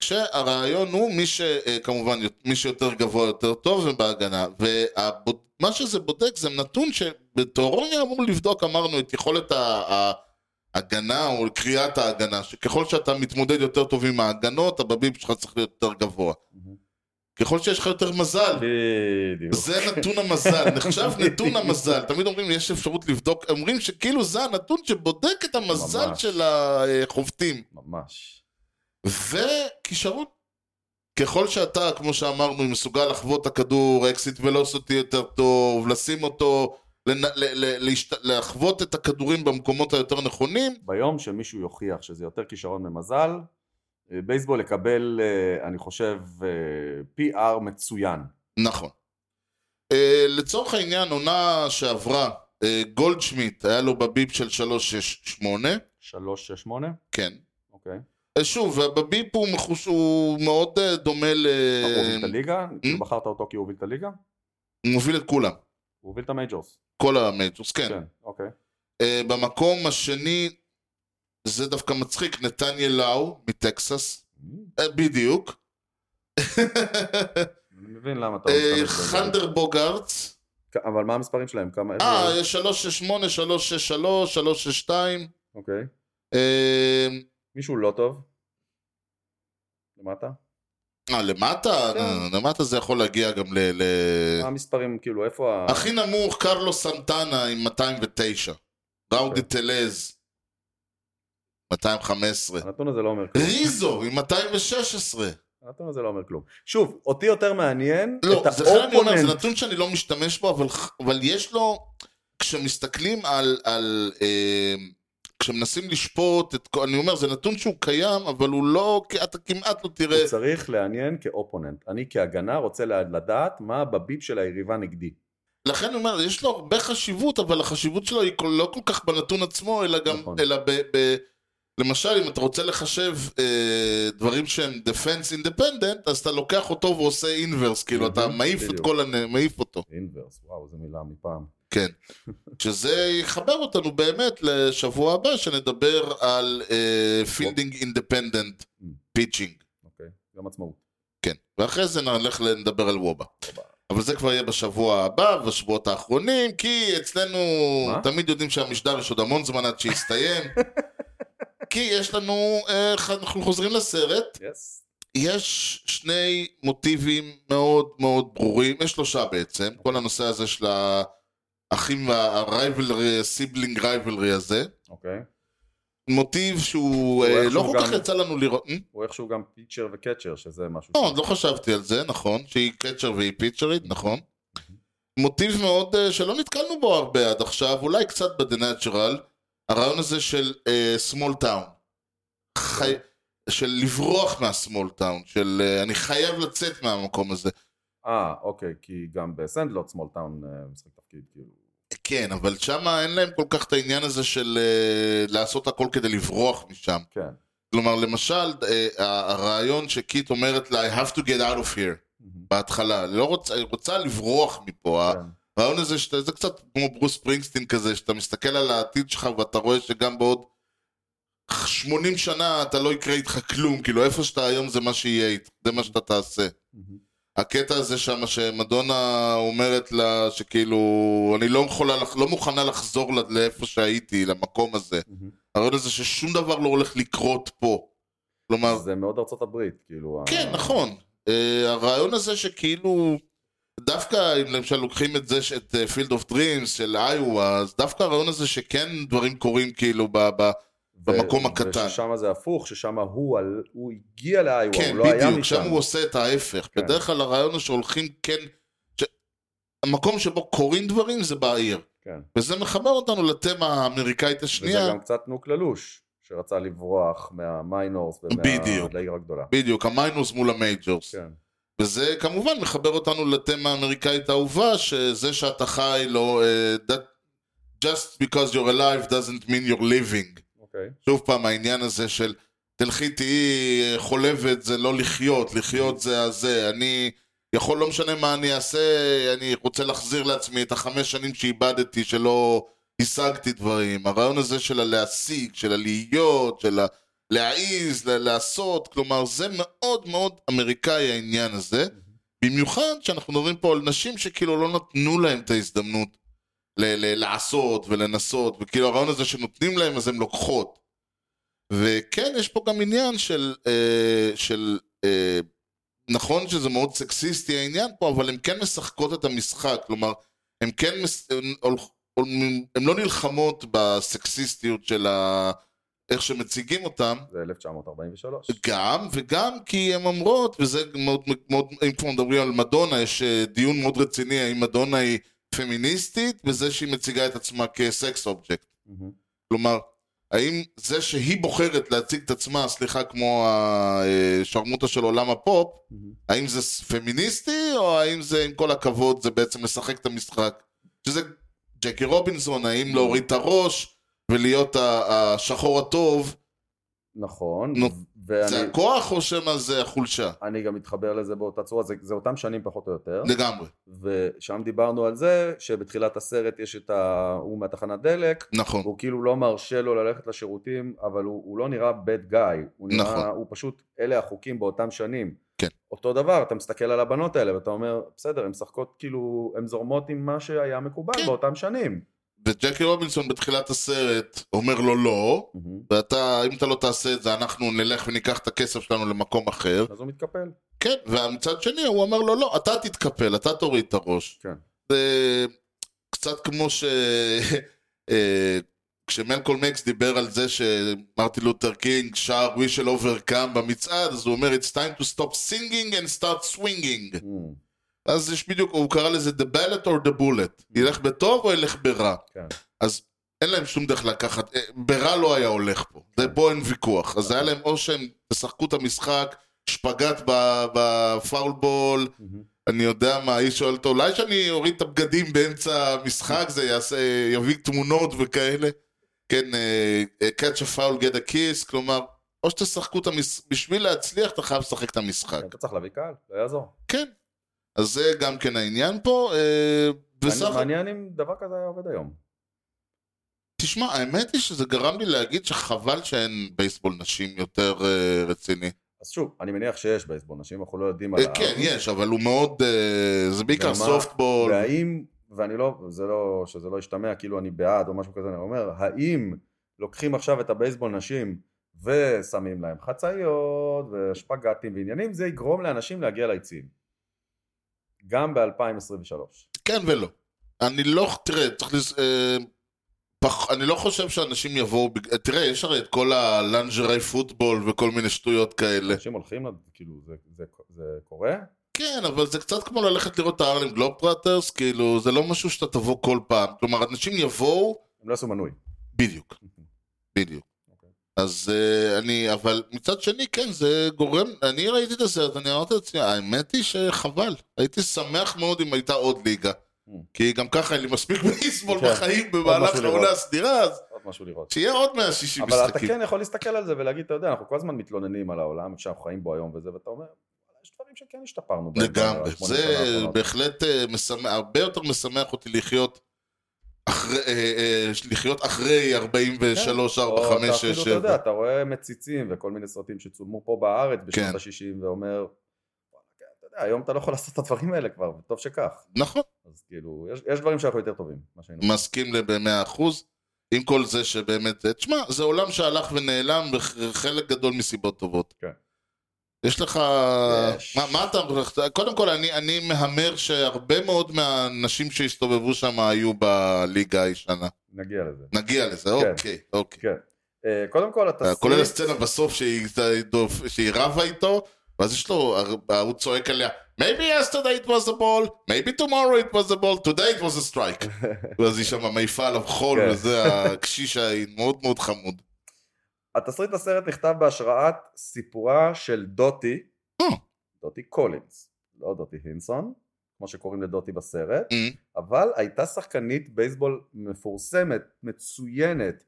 S1: כשהרעיון הוא מי שכמובן, מי שיותר גבוה יותר טוב ובהגנה. ומה שזה בודק זה נתון שבתיאוריה אמור לבדוק, אמרנו, את יכולת ה- ההגנה או קריאת ההגנה, שככל שאתה מתמודד יותר טוב עם ההגנות, הבביב שלך צריך להיות יותר גבוה.
S2: מהמם.
S1: ככל שיש לך יותר מזל,
S2: בדיוק.
S1: זה נתון המזל, נחשב נתון המזל. תמיד אומרים, יש אפשרות לבדוק, אומרים שכאילו זה הנתון שבודק את המזל
S2: ממש.
S1: של החובטים.
S2: ממש.
S1: וכישרון. ככל שאתה, כמו שאמרנו, מסוגל לחוות את הכדור, אקסיט ולוסיטי יותר טוב, לשים אותו, לנ... ל... ל... להשת... לחוות את הכדורים במקומות היותר נכונים,
S2: ביום שמישהו יוכיח שזה יותר כישרון ממזל, אה, בייסבול יקבל, אה, אני חושב, אה, PR מצוין.
S1: נכון. אה, לצורך העניין, עונה שעברה, אה, גולדשמיט, היה לו בביפ של 368,
S2: 368?
S1: כן.
S2: אוקיי.
S1: אה, שוב, בביפ הוא, מחוש... הוא מאוד אה, דומה ל...
S2: הוא הוביל את הליגה? כאילו בחרת אותו כי הוא הוביל את הליגה?
S1: הוא מוביל את כולם,
S2: הוא הוביל את המייג'ורס.
S1: כל המייג'ורס, כן.
S2: כן, אוקיי.
S1: אה, במקום השני, זה דווקא מצחיק, נתניה לאו מטקסס, אה, בדיוק.
S2: אני מבין למה אתה לא
S1: אה,
S2: משתמש בזה.
S1: חנדר בוגארץ,
S2: כ- אבל מה המספרים שלהם? כמה...
S1: אה, 368, 363, 362,
S2: אוקיי.
S1: אה,
S2: מישהו לא טוב? למטה?
S1: אה, למטה,
S2: כן.
S1: אה, למטה זה יכול להגיע גם ל... ל-
S2: מה המספרים, כאילו, איפה ה...
S1: הכי נמוך, קרלו סנטנה עם 209, ראודי טלז, 215,
S2: הנתון הזה לא אומר כלום.
S1: ריזו עם 216.
S2: הנתון הזה לא אומר כלום. שוב, אותי יותר מעניין
S1: לא,
S2: את
S1: זה לכן אני אומר, זה
S2: האופוננט.
S1: נתון שאני לא משתמש בו, אבל, אבל יש לו, כשמסתכלים על, על אה, כשמנסים לשפוט, את, כל- אני אומר, זה נתון שהוא קיים, אבל הוא לא, אתה כמעט לא תראה,
S2: הוא צריך לעניין כאופוננט. אני כהגנה רוצה לדעת מה בביפ של היריבה נגדי.
S1: לכן אני אומר, יש לו הרבה חשיבות, אבל החשיבות שלו היא כל- לא כל כך בנתון עצמו, אלא גם,
S2: נכון.
S1: אלא ב... ב למשל, אם אתה רוצה לחשב אה, דברים שהם defense independent, אז אתה לוקח אותו ועושה אינברס, כאילו, אתה
S2: מהמם,
S1: מעיף את
S2: בדיוק.
S1: כל, הנ- מעיף אותו.
S2: אינברס, וואו, זו מילה מפעם.
S1: שזה יחבר אותנו באמת לשבוע הבא שנדבר על אה, פילדינג אינדפנדנט פיצ'ינג,
S2: אוקיי, גם עצמאות.
S1: כן, ואחרי זה נלך לדבר על וובה. אבל זה כבר יהיה בשבוע הבא, בשבועות האחרונים, כי אצלנו
S2: מה?
S1: תמיד יודעים שהמשדר יש עוד המון זמן עד שיסתיים. כי יש לנו, אה, אנחנו חוזרים לסרט,
S2: יס.
S1: יש שני מוטיבים מאוד מאוד ברורים, יש שלושה בעצם, כל הנושא הזה של האחים והרייבלרי, סיבלינג רייבלרי הזה.
S2: אוקיי.
S1: מוטיב שהוא
S2: הוא
S1: אה,
S2: איכשהו
S1: לא כל כך
S2: גם-
S1: יצא לנו לראות, אה?
S2: הוא איכשהו גם פיצ'ר וקצ'ר, שזה משהו...
S1: לא,
S2: ש-
S1: עוד לא חשבתי על זה, נכון, שהיא קצ'ר והיא פיצ'רית, נכון. מוטיב מאוד אה, שלא נתקלנו בו הרבה עד עכשיו, אולי קצת ב-The Natural, הרעיון הזה של אה, small town. חי... של לברוח מה-small town, של אה, אני חייב לצאת מהמקום הזה.
S2: אה, אוקיי, כי גם בסנדלוט, סמול טאון, משחק תפקיד, כאילו.
S1: כן, אבל שם אין להם כל כך את העניין הזה של אה, לעשות הכל כדי לברוח משם.
S2: כן.
S1: כלומר, למשל, אה, הרעיון שקיט אומרת לה, I have to get out of here. בהתחלה, לא רוצה, היא רוצה לברוח מפה.
S2: כן.
S1: הרעיון הזה, שאתה, זה קצת כמו ברוס פרינגסטין כזה, שאתה מסתכל על העתיד שלך ואתה רואה שגם בעוד 80 שנה אתה לא יקרה איתך כלום, כאילו איפה שאתה היום זה מה שיהיה איתך, זה מה שאתה תעשה.
S2: מהמם.
S1: הקטע הזה שם שמדונה אומרת לה שכאילו אני לא, יכולה, לח- לא מוכנה לחזור ל- לאיפה שהייתי, למקום הזה.
S2: מהמם.
S1: הרעיון הזה ששום דבר לא הולך לקרות פה. כלומר,
S2: זה מאוד ארצות הברית, כאילו... ה-
S1: כן, נכון. אה, הרעיון הזה שכאילו, דווקא אם למשל לוקחים את זה, ש- את אה, פילד אוף דרימס של איואה, אז דווקא הרעיון הזה שכן דברים קורים כאילו ב... ב
S2: ו-
S1: במקום הקטן.
S2: וששם זה הפוך, ששם הוא, על- הוא הגיע לאיווה,
S1: כן,
S2: הוא לא היה
S1: בדיוק,
S2: משם.
S1: שם הוא עושה את ההפך.
S2: כן.
S1: בדרך כלל הרעיון הוא שהולכים כן... ש... המקום שבו קורים דברים זה בעיר.
S2: כן.
S1: וזה מחבר אותנו לתמה האמריקאית
S2: וזה
S1: השנייה.
S2: גם קצת נוקללוש, שרצה לברוח מהמיינורס
S1: בדיוק.
S2: ומהעיר הגדולה.
S1: בדיוק, המיינוס מול המייג'ורס.
S2: כן.
S1: וזה כמובן מחבר אותנו לתמה האמריקאית האהובה, שזה שאתה חי לא... אה, that just because you're alive doesn't mean you're living.
S2: אוקיי.
S1: שוב פעם העניין הזה של תלכי תהיי אה, חולבת זה לא לחיות, לחיות זה הזה. אני יכול, לא משנה מה אני אעשה, אני רוצה להחזיר לעצמי את החמש שנים שאיבדתי, שלא השגתי דברים. הרעיון הזה של הלהשיג, של הלהיות, של ה... להעיז, ל- לעשות, כלומר זה מאוד מאוד אמריקאי העניין הזה. במיוחד שאנחנו מדברים פה על נשים שכאילו לא נתנו להם את ההזדמנות ל- ל- לעשות ולנסות, וכאילו הרעיון הזה שנותנים להם אז הן לוקחות. וכן, יש פה גם עניין של, אה, של אה, נכון שזה מאוד סקסיסטי העניין פה, אבל הן כן משחקות את המשחק, כלומר, הן כן, מס, הן, הולכ- הן לא נלחמות בסקסיסטיות של ה... איך שמציגים אותם,
S2: זה 1943.
S1: גם, וגם כי הן אומרות, וזה מאוד, מאוד, אם כבר מדברים על מדונה, יש אה, דיון מאוד רציני האם מדונה היא פמיניסטית בזה שהיא מציגה את עצמה כסקס אובג'קט.
S2: מהמם.
S1: כלומר, האם זה שהיא בוחרת להציג את עצמה, סליחה, כמו השרמוטה של עולם הפופ,
S2: מהמם.
S1: האם זה ס- פמיניסטי, או האם זה, עם כל הכבוד, זה בעצם לשחק את המשחק? שזה ג'קי רובינסון, האם להוריד את הראש ולהיות ה- השחור הטוב,
S2: נכון.
S1: נו, זה
S2: ואני
S1: הכוח או שמא זה החולשה?
S2: אני גם מתחבר לזה באותה צורה, זה, זה אותם שנים פחות או יותר.
S1: לגמרי,
S2: ושם דיברנו על זה שבתחילת הסרט יש את ההוא מהתחנת דלק,
S1: נכון.
S2: הוא כאילו לא מרשה לו ללכת לשירותים, אבל הוא, הוא לא נראה bad guy, הוא נראה,
S1: נכון.
S2: הוא פשוט, אלה החוקים באותם שנים.
S1: כן.
S2: אותו דבר, אתה מסתכל על הבנות האלה ואתה אומר, בסדר, הן משחקות כאילו, הן זורמות עם מה שהיה מקובל
S1: כן.
S2: באותם שנים.
S1: וג'קי רובינסון בתחילת הסרט אומר לו לא, ואתה, אם אתה לא תעשה את זה, אנחנו נלך וניקח את הכסף שלנו למקום אחר.
S2: אז הוא מתקפל.
S1: כן, ומצד שני הוא אומר לו לא, אתה תתקפל, אתה תוריד את הראש.
S2: כן.
S1: זה קצת כמו ש... (laughs) אה, כשמלקול מקס דיבר על זה שמרטין לותר קינג שר We shall overcome במצעד, אז הוא אומר It's time to stop singing and start swinging.
S2: Mm,
S1: אז יש בדיוק, הוא קרא לזה The Ballot or the Bullet. ילך בטוב או ילך ברע?
S2: כן.
S1: אז אין להם שום דרך לקחת, אה, ברע לא היה הולך פה, זה פה אין ויכוח, אז היה להם או שהם ישחקו את המשחק, שפגאט ב- בפאול בול,
S2: מהמם.
S1: אני יודע מה, היא שואלת אותו, אולי שאני אוריד את הבגדים באמצע המשחק, זה יעשה, יביא תמונות וכאלה, כן, אה, אה, catch a foul, get a kiss, כלומר, או שתשחקו את המשחק, בשביל להצליח אתה חייב לשחק את המשחק,
S2: כן, אתה צריך להביא קהל, לא יעזור.
S1: כן, אז זה גם כן העניין פה, אה, בסך
S2: מעניין- מעניין אם דבר כזה היה עובד היום.
S1: תשמע, האמת היא שזה גרם לי להגיד שחבל שאין בייסבול נשים יותר אה, רציני.
S2: אז שוב, אני מניח שיש בייסבול נשים, אנחנו לא יודעים עליו.
S1: אה, כן, יש, אבל הוא מאוד... אה, זה בעיקר
S2: ומה-
S1: סופטבול.
S2: והאם, ואני לא, זה לא, שזה לא ישתמע כאילו אני בעד או משהו כזה, אני אומר, האם לוקחים עכשיו את הבייסבול נשים ושמים להם חצאיות ושפגטים ועניינים, זה יגרום לאנשים להגיע ליציעים. גם ב-2023.
S1: כן ולא. אני לא... תראה, צריך לז... אה, פח... אני לא חושב שאנשים יבואו... בג- אה, תראה, יש הרי את כל הלנג'רי פוטבול וכל מיני שטויות כאלה.
S2: אנשים הולכים, לד- כאילו, זה, זה, זה קורה?
S1: כן, אבל זה קצת כמו ללכת לראות את הארלם גלובטרטרס, כאילו, זה לא משהו שאתה תבוא כל פעם. כלומר, אנשים יבואו...
S2: הם לא עשו מנוי.
S1: בדיוק. בדיוק.
S2: אוקיי.
S1: אז אה, אני, אבל מצד שני, כן, זה גורם, אני ראיתי את הסרט, אני אמרתי לעצמי, האמת היא שחבל. הייתי שמח מאוד אם הייתה עוד ליגה.
S2: Mm.
S1: כי גם ככה אין לי מספיק (laughs) בייסבול
S2: כן.
S1: בחיים במהלך
S2: משהו לראות.
S1: העונה הסדירה, אז
S2: עוד משהו לראות.
S1: שיהיה עוד 160
S2: אבל אתה
S1: משחקים.
S2: כן יכול להסתכל על זה ולהגיד, אתה יודע, אנחנו כל הזמן מתלוננים על העולם שאנחנו חיים בו היום וזה, ואתה אומר, יש דברים שכן השתפרנו. בהם
S1: לגמרי.
S2: בשמונה שנה
S1: זה
S2: האחרונות."
S1: בהחלט אה, משמח, הרבה יותר משמח אותי לחיות אחרי, אה, אה, לחיות אחרי 43, 4,
S2: כן. או
S1: 5,
S2: אתה
S1: 6,
S2: אפילו, אתה יודע,
S1: 7.
S2: אתה רואה מציצים וכל מיני סרטים שצולמו פה בארץ בשנות
S1: כן.
S2: ה-60, ואומר, "וואלה, כן, אתה יודע, היום אתה לא יכול לעשות את הדברים האלה כבר, וטוב שכך.
S1: נכון.
S2: אז כאילו, יש- יש דברים שאנחנו יותר טובים, מה שהיינו.
S1: מסכים ל- במאה אחוז. עם כל זה שבאמת, תשמע, זה עולם שהלך ונעלם בחלק גדול מסיבות טובות.
S2: כן.
S1: יש לך...
S2: יש.
S1: מה, מה אתה... קודם כל, אני, אני מהמר שהרבה מאוד מהאנשים שהסתובבו שם היו בליגה הישנה.
S2: נגיע לזה.
S1: נגיע לזה,
S2: כן.
S1: אוקיי, אוקיי.
S2: כן. אה, קודם כל התסריט...
S1: כולל הסצנה בסוף שהיא, שהיא רבה איתו, ואז יש לו, הוא צועק עליה, maybe yesterday it was a ball, maybe tomorrow it was a ball, today it was a
S2: (laughs)
S1: strike. ואז היא שם מעיפה עליו חול,
S2: כן.
S1: וזה הקשיש המאוד מאוד חמוד.
S2: התסריט לסרט נכתב בהשראת סיפורה של דוטי,
S1: אה.
S2: דוטי קולינס, לא דוטי הינסון, כמו שקוראים לדוטי בסרט,
S1: אה.
S2: אבל הייתה שחקנית בייסבול מפורסמת, מצוינת,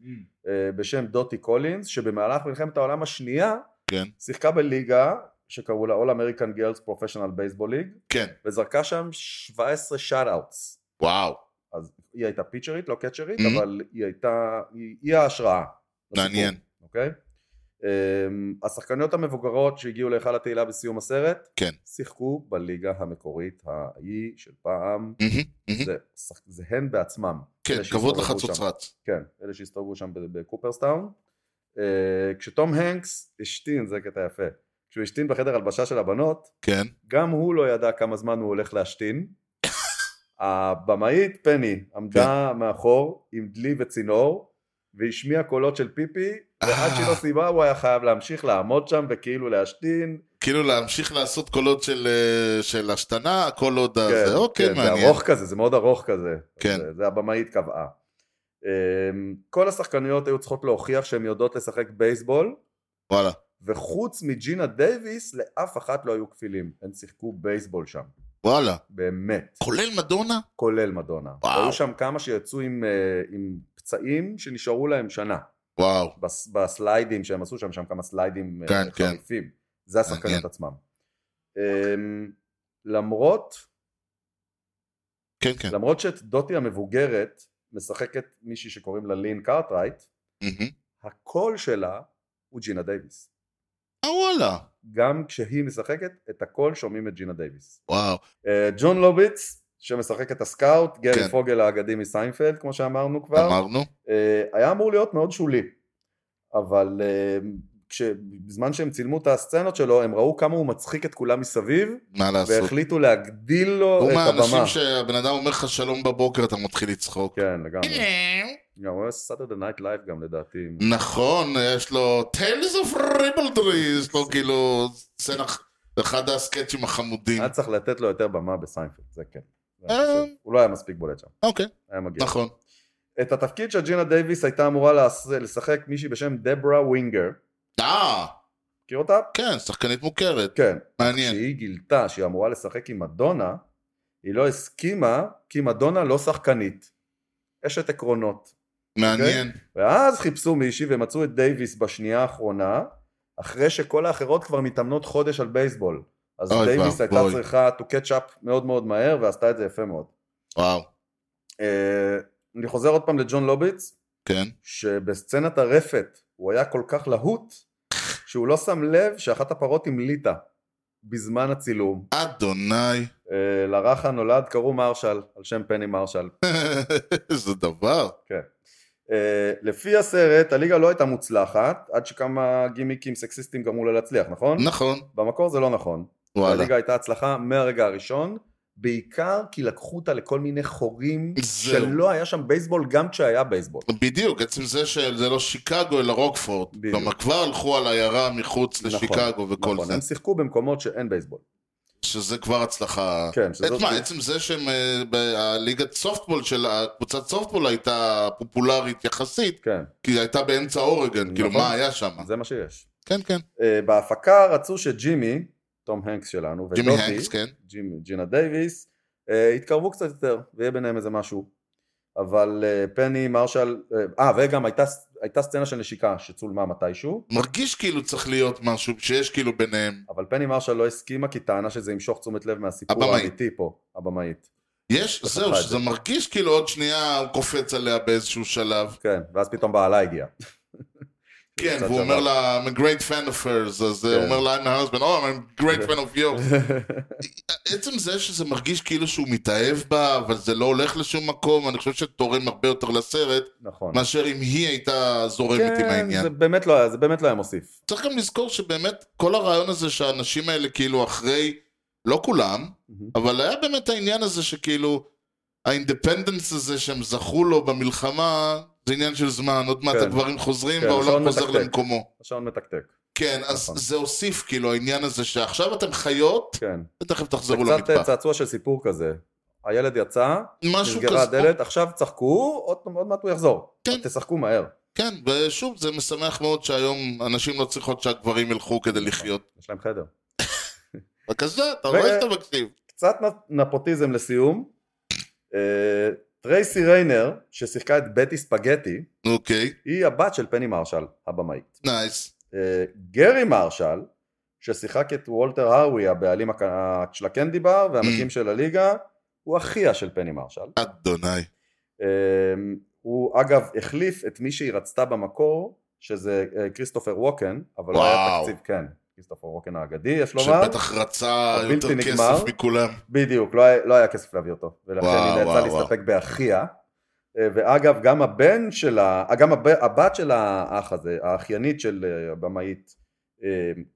S2: אה, בשם דוטי קולינס, שבמהלך מלחמת העולם השנייה,
S1: כן.
S2: שיחקה בליגה שקראו לה All American Girls Professional Baseball League,
S1: כן,
S2: וזרקה שם 17 שאט-אאוטס.
S1: וואו,
S2: אז היא הייתה פיצ'רית, לא קצ'רית,
S1: Mhm.
S2: אבל היא הייתה, היא, היא ההשראה. לסיפור,
S1: מעניין.
S2: אוקיי? אמ, השחקניות המבוגרות שהגיעו להיכל התהילה בסיום הסרט,
S1: כן.
S2: שיחקו בליגה המקורית ההיא של פעם,
S1: מהמם, מהמם.
S2: זה, שח- זה הן בעצמם.
S1: כן,
S2: אלה
S1: כבוד
S2: שהסתובבו שם.
S1: לחצוצרץ.
S2: כן, אלה שהסתובבו שם ב- בקופרסטאון. אה, כשתום הנקס השתין, זה קטע יפה, כשהוא השתין בחדר הלבשה של הבנות,
S1: כן,
S2: גם הוא לא ידע כמה זמן הוא הולך להשתין. הבמאית פני עמדה
S1: כן.
S2: מאחור עם דלי וצינור והשמיעה קולות של פיפי ועד
S1: אה.
S2: שלא סיימה הוא היה חייב להמשיך לעמוד שם וכאילו להשתין.
S1: כאילו להמשיך לעשות קולות של, אה, של השתנה, כל עוד הזה, אוקיי,
S2: כן, זה
S1: מעניין.
S2: ארוך כזה, זה מאוד ארוך כזה.
S1: כן.
S2: זה, זה הבמאית קבעה. אמ, כל השחקניות היו צריכות להוכיח שהן יודעות לשחק בייסבול
S1: וואלה,
S2: וחוץ מג'ינה דייוויס לאף אחת לא היו כפילים. הן שיחקו בייסבול שם,
S1: וואלה.
S2: באמת.
S1: כולל מדונה?
S2: כולל מדונה.
S1: וואו.
S2: וואו. היו שם כמה שיצאו עם, אה, עם פצעים שנשארו להם שנה.
S1: וואו,
S2: בס, בסליידים שהם עשו שם, שם כמה סליידים אה,
S1: כן, כן.
S2: חריפים. זה השחקנות
S1: מעניין.
S2: עצמם. אמ, למרות,
S1: כן, כן.
S2: למרות שאת דוטי המבוגרת משחקת מישהי שקוראים לה לין קארטרייט,
S1: מהמם.
S2: הקול שלה הוא ג'ינה דייוויס.
S1: אה, וואלה,
S2: גם כשהיא משחקת, את הקול שומעים את ג'ינה דייוויס.
S1: וואו.
S2: אה, ג'ון לוביץ, שמשחק את הסקאוט, גרי
S1: כן.
S2: פוגל האגדי מסיינפלד, כמו שאמרנו כבר.
S1: אמרנו?
S2: אה, היה אמור להיות מאוד שולי, אבל אה, כש- בזמן שהם צילמו את הסצנות שלו, הם ראו כמה הוא מצחיק את כולם מסביב,
S1: מה לעשות?
S2: והחליטו להגדיל לו
S1: הוא
S2: את הבמה.
S1: מהאנשים שהבן אדם אומר לך שלום בבוקר, אתה מתחיל לצחוק.
S2: כן, לגמרי. גם הוא היה סאטרדה נייט לייב גם לדעתי. עם-
S1: נכון, יש לו Tales of Ribaldry, יש לו כאילו סצנה, אחד הסקצ'ים החמודים.
S2: היה צריך לתת לו יותר במה בסיינפלד, זה כן. זה
S1: אה.
S2: היה חשוב. הוא לא היה מספיק בולט שם,
S1: אוקיי,
S2: היה מגיע.
S1: נכון.
S2: את התפקיד של ג'ינה דייוויס הייתה אמורה לעש- לשחק מישהי בשם דברה ווינגר.
S1: אה,
S2: מכיר אותה?
S1: כן, שחקנית מוכרת,
S2: כן.
S1: מעניין.
S2: כשהיא גילתה שהיא אמורה לשחק עם מדונה, היא לא הסכימה כי מדונה לא שחקנית. אשת עקרונות.
S1: מעניין.
S2: ואז חיפשו מישהי ומצאו את דייוויס בשנייה האחרונה, אחרי שכל האחרות כבר מתאמנות חודש על בייסבול. אז
S1: אוי
S2: דייוויס הייתה
S1: ואבוי.
S2: צריכה to catch up מאוד מאוד מהר ועשתה את זה יפה מאוד.
S1: וואו,
S2: אה, אני חוזר עוד פעם לג'ון לוביץ,
S1: כן.
S2: שבסצנת הרפת הוא היה כל כך להוט, שהוא לא שם לב שאחת הפרות המליטה בזמן הצילום.
S1: אדוני, (laughs)
S2: אה, לרך הנולד קראו מרשל, על שם פני מרשל.
S1: איזה דבר.
S2: אה, לפי הסרט, הליגה לא הייתה מוצלחת, עד שכמה גימיקים סקסיסטים גרמו לה להצליח, נכון?
S1: נכון,
S2: במקור זה לא נכון.
S1: וואלה.
S2: הליגה הייתה הצלחה מהרגע הראשון, בעיקר כי לקחו אותה לכל מיני חורים
S1: זהו.
S2: שלא היה שם בייסבול גם כשהיה בייסבול.
S1: בדיוק, עצם זה שזה לא שיקגו אלא רוקפורד.
S2: בדיוק.
S1: כלומר, כבר הלכו על עיירה מחוץ
S2: נכון,
S1: לשיקגו וכל
S2: נכון,
S1: זה.
S2: הם שיחקו במקומות שאין בייסבול.
S1: שזה כבר הצלחה.
S2: כן, שזאת...
S1: תשמע, עצם זה שהם, אה, ב- הליגת סופטבול של, הקבוצת סופטבול הייתה פופולרית יחסית,
S2: כן,
S1: כי היא הייתה באמצע אורגן, כאילו
S2: נכון.
S1: מה היה שם?
S2: זה מה שיש.
S1: כן, כן,
S2: אה, בהפקה רצו שג'ימי, תום הנקס שלנו,
S1: ג'ימי
S2: ודוטי,
S1: הנקס, כן.
S2: ג'ימ, ג'ינה דייוויס, אה, יתקרבו קצת יותר ויהיה ביניהם איזה משהו. אבל אה, פני מרשל, אה, אה וגם הייתה, הייתה סצנה של נשיקה שצולמה מתישהו,
S1: מרגיש כאילו צריך להיות משהו, שיש כאילו ביניהם.
S2: אבל פני מרשל לא הסכימה כי טענה שזה ימשוך תשומת לב מהסיפור
S1: הבמאית.
S2: האמיתי פה, הבמאית.
S1: יש,
S2: צריך
S1: זהו,
S2: אחד.
S1: שזה מרגיש כאילו עוד שנייה הוא קופץ עליה באיזשהו שלב. (laughs)
S2: כן, ואז פתאום בעלה הגיעה.
S1: כן,
S2: קצת כן.
S1: והוא אומר
S2: עליו.
S1: לה, I'm a great fan of hers, אז אה, הוא אומר לה, אנה הרסבן, oh, I'm a great fan of
S2: (laughs)
S1: yours. עצם זה שזה מרגיש כאילו שהוא מתאהב בה, אבל זה לא הולך לשום מקום, אני חושב שתורם הרבה יותר לסרט,
S2: נכון.
S1: מאשר אם היא הייתה זורמת עם
S2: כן,
S1: העניין.
S2: זה באמת לא היה- זה באמת לא היה מוסיף.
S1: צריך גם לזכור שבאמת כל הרעיון הזה שהאנשים האלה כאילו אחרי, לא כולם,
S2: מהמם.
S1: אבל היה באמת העניין הזה שכאילו, האינדפנדנס הזה שהם זכו לו במלחמה, זה עניין של זמן, עוד מעט
S2: כן.
S1: הדברים חוזרים
S2: כן,
S1: והעולם
S2: השעון
S1: חוזר
S2: מתקתק.
S1: למקומו.
S2: השעון מתקתק.
S1: כן, אז
S2: נכון.
S1: זה הוסיף כאילו העניין הזה שעכשיו אתם חיות,
S2: כן.
S1: ותכף
S2: זה
S1: תחזרו
S2: קצת אה,
S1: למטבח.
S2: צעצוע של סיפור כזה. הילד יצא,
S1: משהו
S2: אה, נסגרה
S1: כזה,
S2: הדלת, עכשיו צחקו, עוד עוד מעט הוא יחזור.
S1: כן.
S2: אז תשחקו מהר.
S1: כן, ושוב, זה משמח מאוד שהיום הנשים לא צריכות שהגברים ילכו כדי לחיות.
S2: יש להם חדר.
S1: בבקשה, אתה
S2: ו-
S1: רואה שאתה מקשיב.
S2: קצת נ- נפוטיזם לסיום. אה, טרייסי ריינר, ששיחקה את בטי ספגטי,
S1: אוקיי,
S2: היא הבת של פני מרשל, הבמאית.
S1: נייס.
S2: אה, גרי מרשל, ששיחק את וולטר הרווי, הבעלים הק- ה- של הקנדי בר והמקים של הליגה, הוא אחיה של פני מרשל.
S1: אדוני.
S2: אה, הוא אגב החליף את מי שהיא רצתה במקור, שזה אה, כריסטופר ווקן, אבל לא היה
S1: וואו.
S2: תקציב, כן, כריסטופר ווקן האגדי, יש לומר.
S1: שבטח רצה
S2: הבלתי
S1: יותר
S2: נגמר.
S1: כסף מכולם.
S2: בדיוק, לא היה, לא היה כסף להביא אותו, ולכן
S1: וואו,
S2: היא נאלצה
S1: וואו,
S2: להסתפק באחיה. אה, ואגב, גם הבן שלה, אה, גם הב, הבת של האח הזה, האחיינית של אה, הבמאית, אה,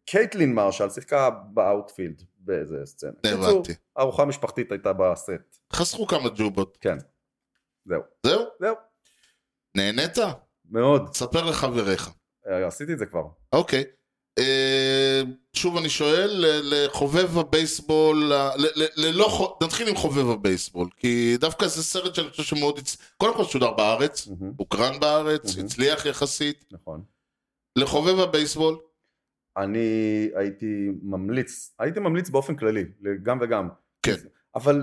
S2: קייטלין מרשל, שיחקה באאוטפילד באיזה סצנה. בקיצור,
S1: הבנתי.
S2: ארוחה משפחתית הייתה בסט,
S1: חסכו כמה ג'ובות.
S2: כן. זהו.
S1: זהו?
S2: זהו.
S1: נהנית?
S2: מאוד.
S1: ספר לחבריך.
S2: אה, עשיתי את זה כבר.
S1: אוקיי. אה, שוב אני שואל, ל- לחובב הבייסבול, ה- ל- ל- ללא חו- נתחיל עם חובב הבייסבול, כי דווקא זה סרט שאני חושב שמאוד, הצ- קודם כל שודר בארץ,
S2: מהמם,
S1: הוקרן בארץ,
S2: Mhm.
S1: הצליח יחסית.
S2: נכון.
S1: לחובב הבייסבול,
S2: אני הייתי ממליץ, הייתי ממליץ באופן כללי, גם וגם.
S1: כן.
S2: אבל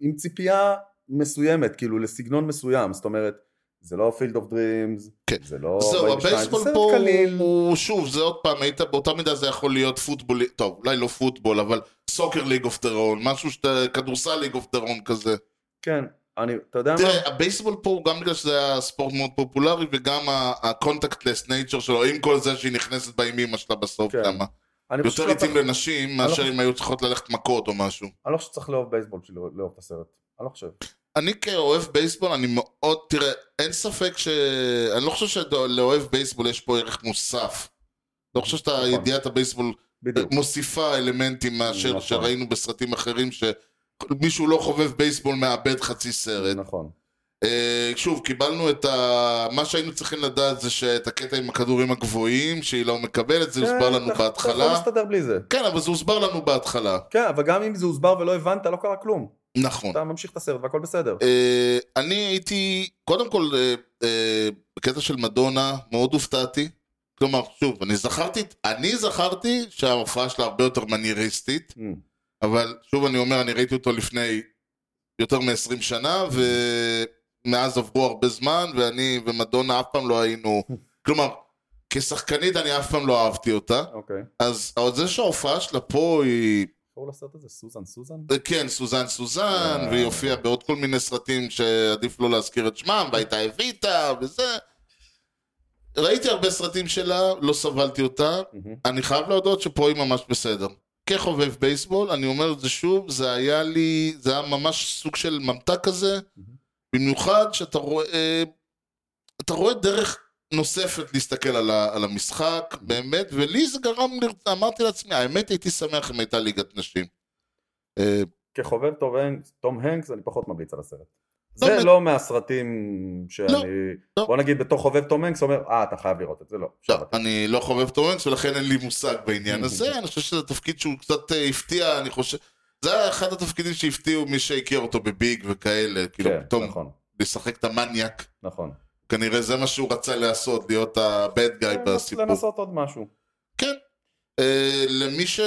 S2: עם ציפייה מסוימת, כאילו לסגנון מסוים, זאת אומרת, זה לא פילד אוף דרימס,
S1: כן.
S2: זה לא...
S1: זהו,
S2: 42,
S1: הבייסבול
S2: זה סרט
S1: פה
S2: קליל.
S1: הוא, שוב, זה עוד פעם, היית, באותה מידה זה יכול להיות פוטבול, טוב, אולי לא פוטבול, אבל סוקר ליג אוף טרון, משהו שאתה, כדורסל ליג אוף טרון כזה.
S2: כן, אני, אתה יודע מה?
S1: תראה, הבייסבול פה הוא גם בגלל שזה היה ספורט מאוד פופולרי, וגם הקונטקטלס נייצ'ר שלו, עם כל זה שהיא נכנסת בה עם אמא שלה בסוף,
S2: כן.
S1: למה?
S2: אני
S1: יותר
S2: חושב שלא
S1: התאים
S2: צריך-
S1: לנשים מאשר
S2: אני לא-
S1: אם היו צריכות ללכת מכות או משהו.
S2: אני לא חושב שצריך לאהוב בייסבול בשביל לא- לאהוב את הסרט. אני לא חושב.
S1: אני כאוהב בייסבול, אני מאוד, תראה, אין ספק ש... אני לא חושב שלאוהב בייסבול יש פה ערך מוסף. לא חושב שאתה,
S2: נכון.
S1: ידיעת הבייסבול
S2: בדיוק.
S1: מוסיפה אלמנטים מאשר
S2: נכון.
S1: שראינו בסרטים אחרים שמישהו לא חובב בייסבול מאבד חצי סרט.
S2: נכון.
S1: אה, שוב, קיבלנו את ה... מה שהיינו צריכים לדעת זה שאת הקטע עם הכדורים הגבוהים שהיא לא מקבלת, זה הוסבר
S2: כן,
S1: לנו
S2: אתה- אתה יכול
S1: בהתחלה.
S2: להסתדר בלי זה.
S1: כן, אבל זה הוסבר לנו בהתחלה.
S2: כן, אבל גם אם זה הוסבר ולא הבנת, לא קרה כלום.
S1: נכון.
S2: אתה ממשיך את הסרט והכל בסדר.
S1: אה, אני הייתי, קודם כל, אה, אה, בקטע של מדונה, מאוד הופתעתי. כלומר, שוב, אני זכרתי, אני זכרתי שההופעה שלה הרבה יותר מנייריסטית.
S2: אמ,
S1: אבל שוב אני אומר, אני ראיתי אותו לפני יותר מ-20 שנה, ומאז עברו הרבה זמן, ואני ומדונה אף פעם לא היינו... כלומר, כשחקנית אני אף פעם לא אהבתי אותה,
S2: אוקיי.
S1: אז אבל זה שההופעה שלה פה היא...
S2: קראו לסרט הזה סוזן סוזן?
S1: כן, סוזן סוזן,
S2: אה.
S1: והיא הופיעה בעוד כל מיני סרטים שעדיף לא להזכיר את שמם, והייתה אביטה, וזה... ראיתי הרבה סרטים שלה, לא סבלתי אותה,
S2: מהמם.
S1: אני חייב להודות שפה היא ממש בסדר. כחובב בייסבול, אני אומר את זה שוב, זה היה לי, זה היה ממש סוג של ממתק כזה, במיוחד שאתה רואה, אתה רואה דרך נוספת להסתכל על, ה, על המשחק, באמת, ולי זה גרם, לרצ- אמרתי לעצמי, האמת הייתי שמח אם הייתה ליגת נשים. אה,
S2: כחובב טוב הנקס- תום הנקס אני פחות ממליץ על הסרט.
S1: לא,
S2: זה
S1: באמת.
S2: לא מהסרטים שאני,
S1: לא.
S2: בוא נגיד בתור חובב תום הנקס אומר, אה אתה חייב לראות את זה, לא.
S1: עכשיו,
S2: עכשיו אתה-
S1: אני לא חובב טום הנקס ולכן אין לי מושג בעניין הזה, אני חושב שזה תפקיד שהוא קצת אה, הפתיע, אני חושב, זה היה אחד התפקידים שהפתיעו מי שהכיר אותו בביג וכאלה, כאילו
S2: כן,
S1: פתאום
S2: נכון,
S1: לשחק את המניאק.
S2: נכון.
S1: כנראה זה מה שהוא רצה לעשות, להיות ה-bad guy בסיפור.
S2: כן, אה, לנסות עוד משהו.
S1: כן. אה, למי, ש...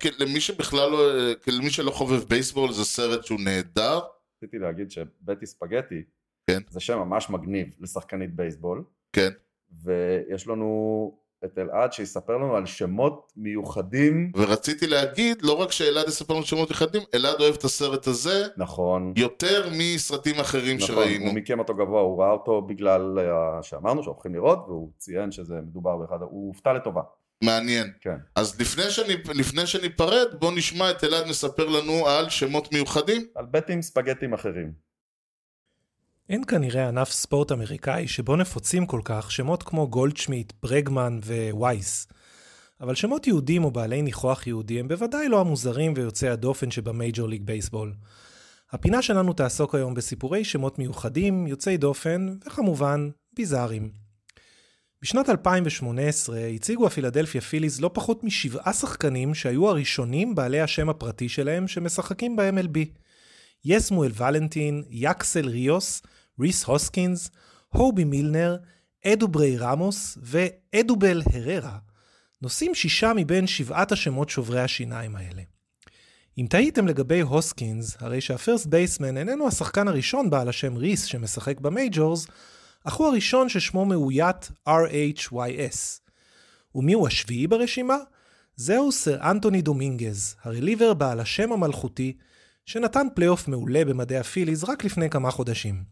S1: כן, למי שבכלל לא, אה, כן, למי שלא חובב בייסבול זה סרט שהוא נהדר.
S2: רציתי להגיד שבטי ספגטי,
S1: כן.
S2: זה שם ממש מגניב לשחקנית בייסבול,
S1: כן.
S2: ויש לנו את אלעד שיספר לנו על שמות מיוחדים.
S1: ורציתי להגיד, לא רק שאלעד יספר לנו שמות נכדים, אלעד אוהב את הסרט הזה
S2: נכון.
S1: יותר מסרטים אחרים
S2: נכון,
S1: שראינו.
S2: הוא מיקם אותו גבוה, הוא ראה אותו בגלל אה, שאמרנו שהולכים לראות, והוא ציין שזה מדובר באחד, הוא הופתע לטובה.
S1: מעניין.
S2: כן.
S1: אז לפני, שאני, לפני שניפרד, בוא נשמע את אלעד מספר לנו על שמות מיוחדים.
S2: על בטים ספגטים אחרים.
S6: אין כנראה ענף ספורט אמריקאי שבו נפוצים כל כך שמות כמו גולדשמיט, ברגמן ווייס. אבל שמות יהודים או בעלי ניחוח יהודי הם בוודאי לא המוזרים ויוצאי הדופן שבמייג'ור ליג בייסבול. הפינה שלנו תעסוק היום בסיפורי שמות מיוחדים, יוצאי דופן, וכמובן, ביזאריים. בשנת 2018 הציגו הפילדלפיה פיליז לא פחות משבעה שחקנים שהיו הראשונים בעלי השם הפרטי שלהם שמשחקים ב-MLB. יסמואל ולנטין, יקסל ריוס, ריס הוסקינס, הובי מילנר, אדוברי רמוס ואדובל הררה, נושאים שישה מבין שבעת השמות שוברי השיניים האלה. אם תהיתם לגבי הוסקינס, הרי שהפרסט בייסמן איננו השחקן הראשון בעל השם ריס שמשחק במייג'ורס, אך הוא הראשון ששמו מאוית RHYS. ומי הוא השביעי ברשימה? זהו סר אנטוני דומינגז, הרליבר בעל השם המלכותי, שנתן פלייאוף מעולה במדעי הפיליז רק לפני כמה חודשים.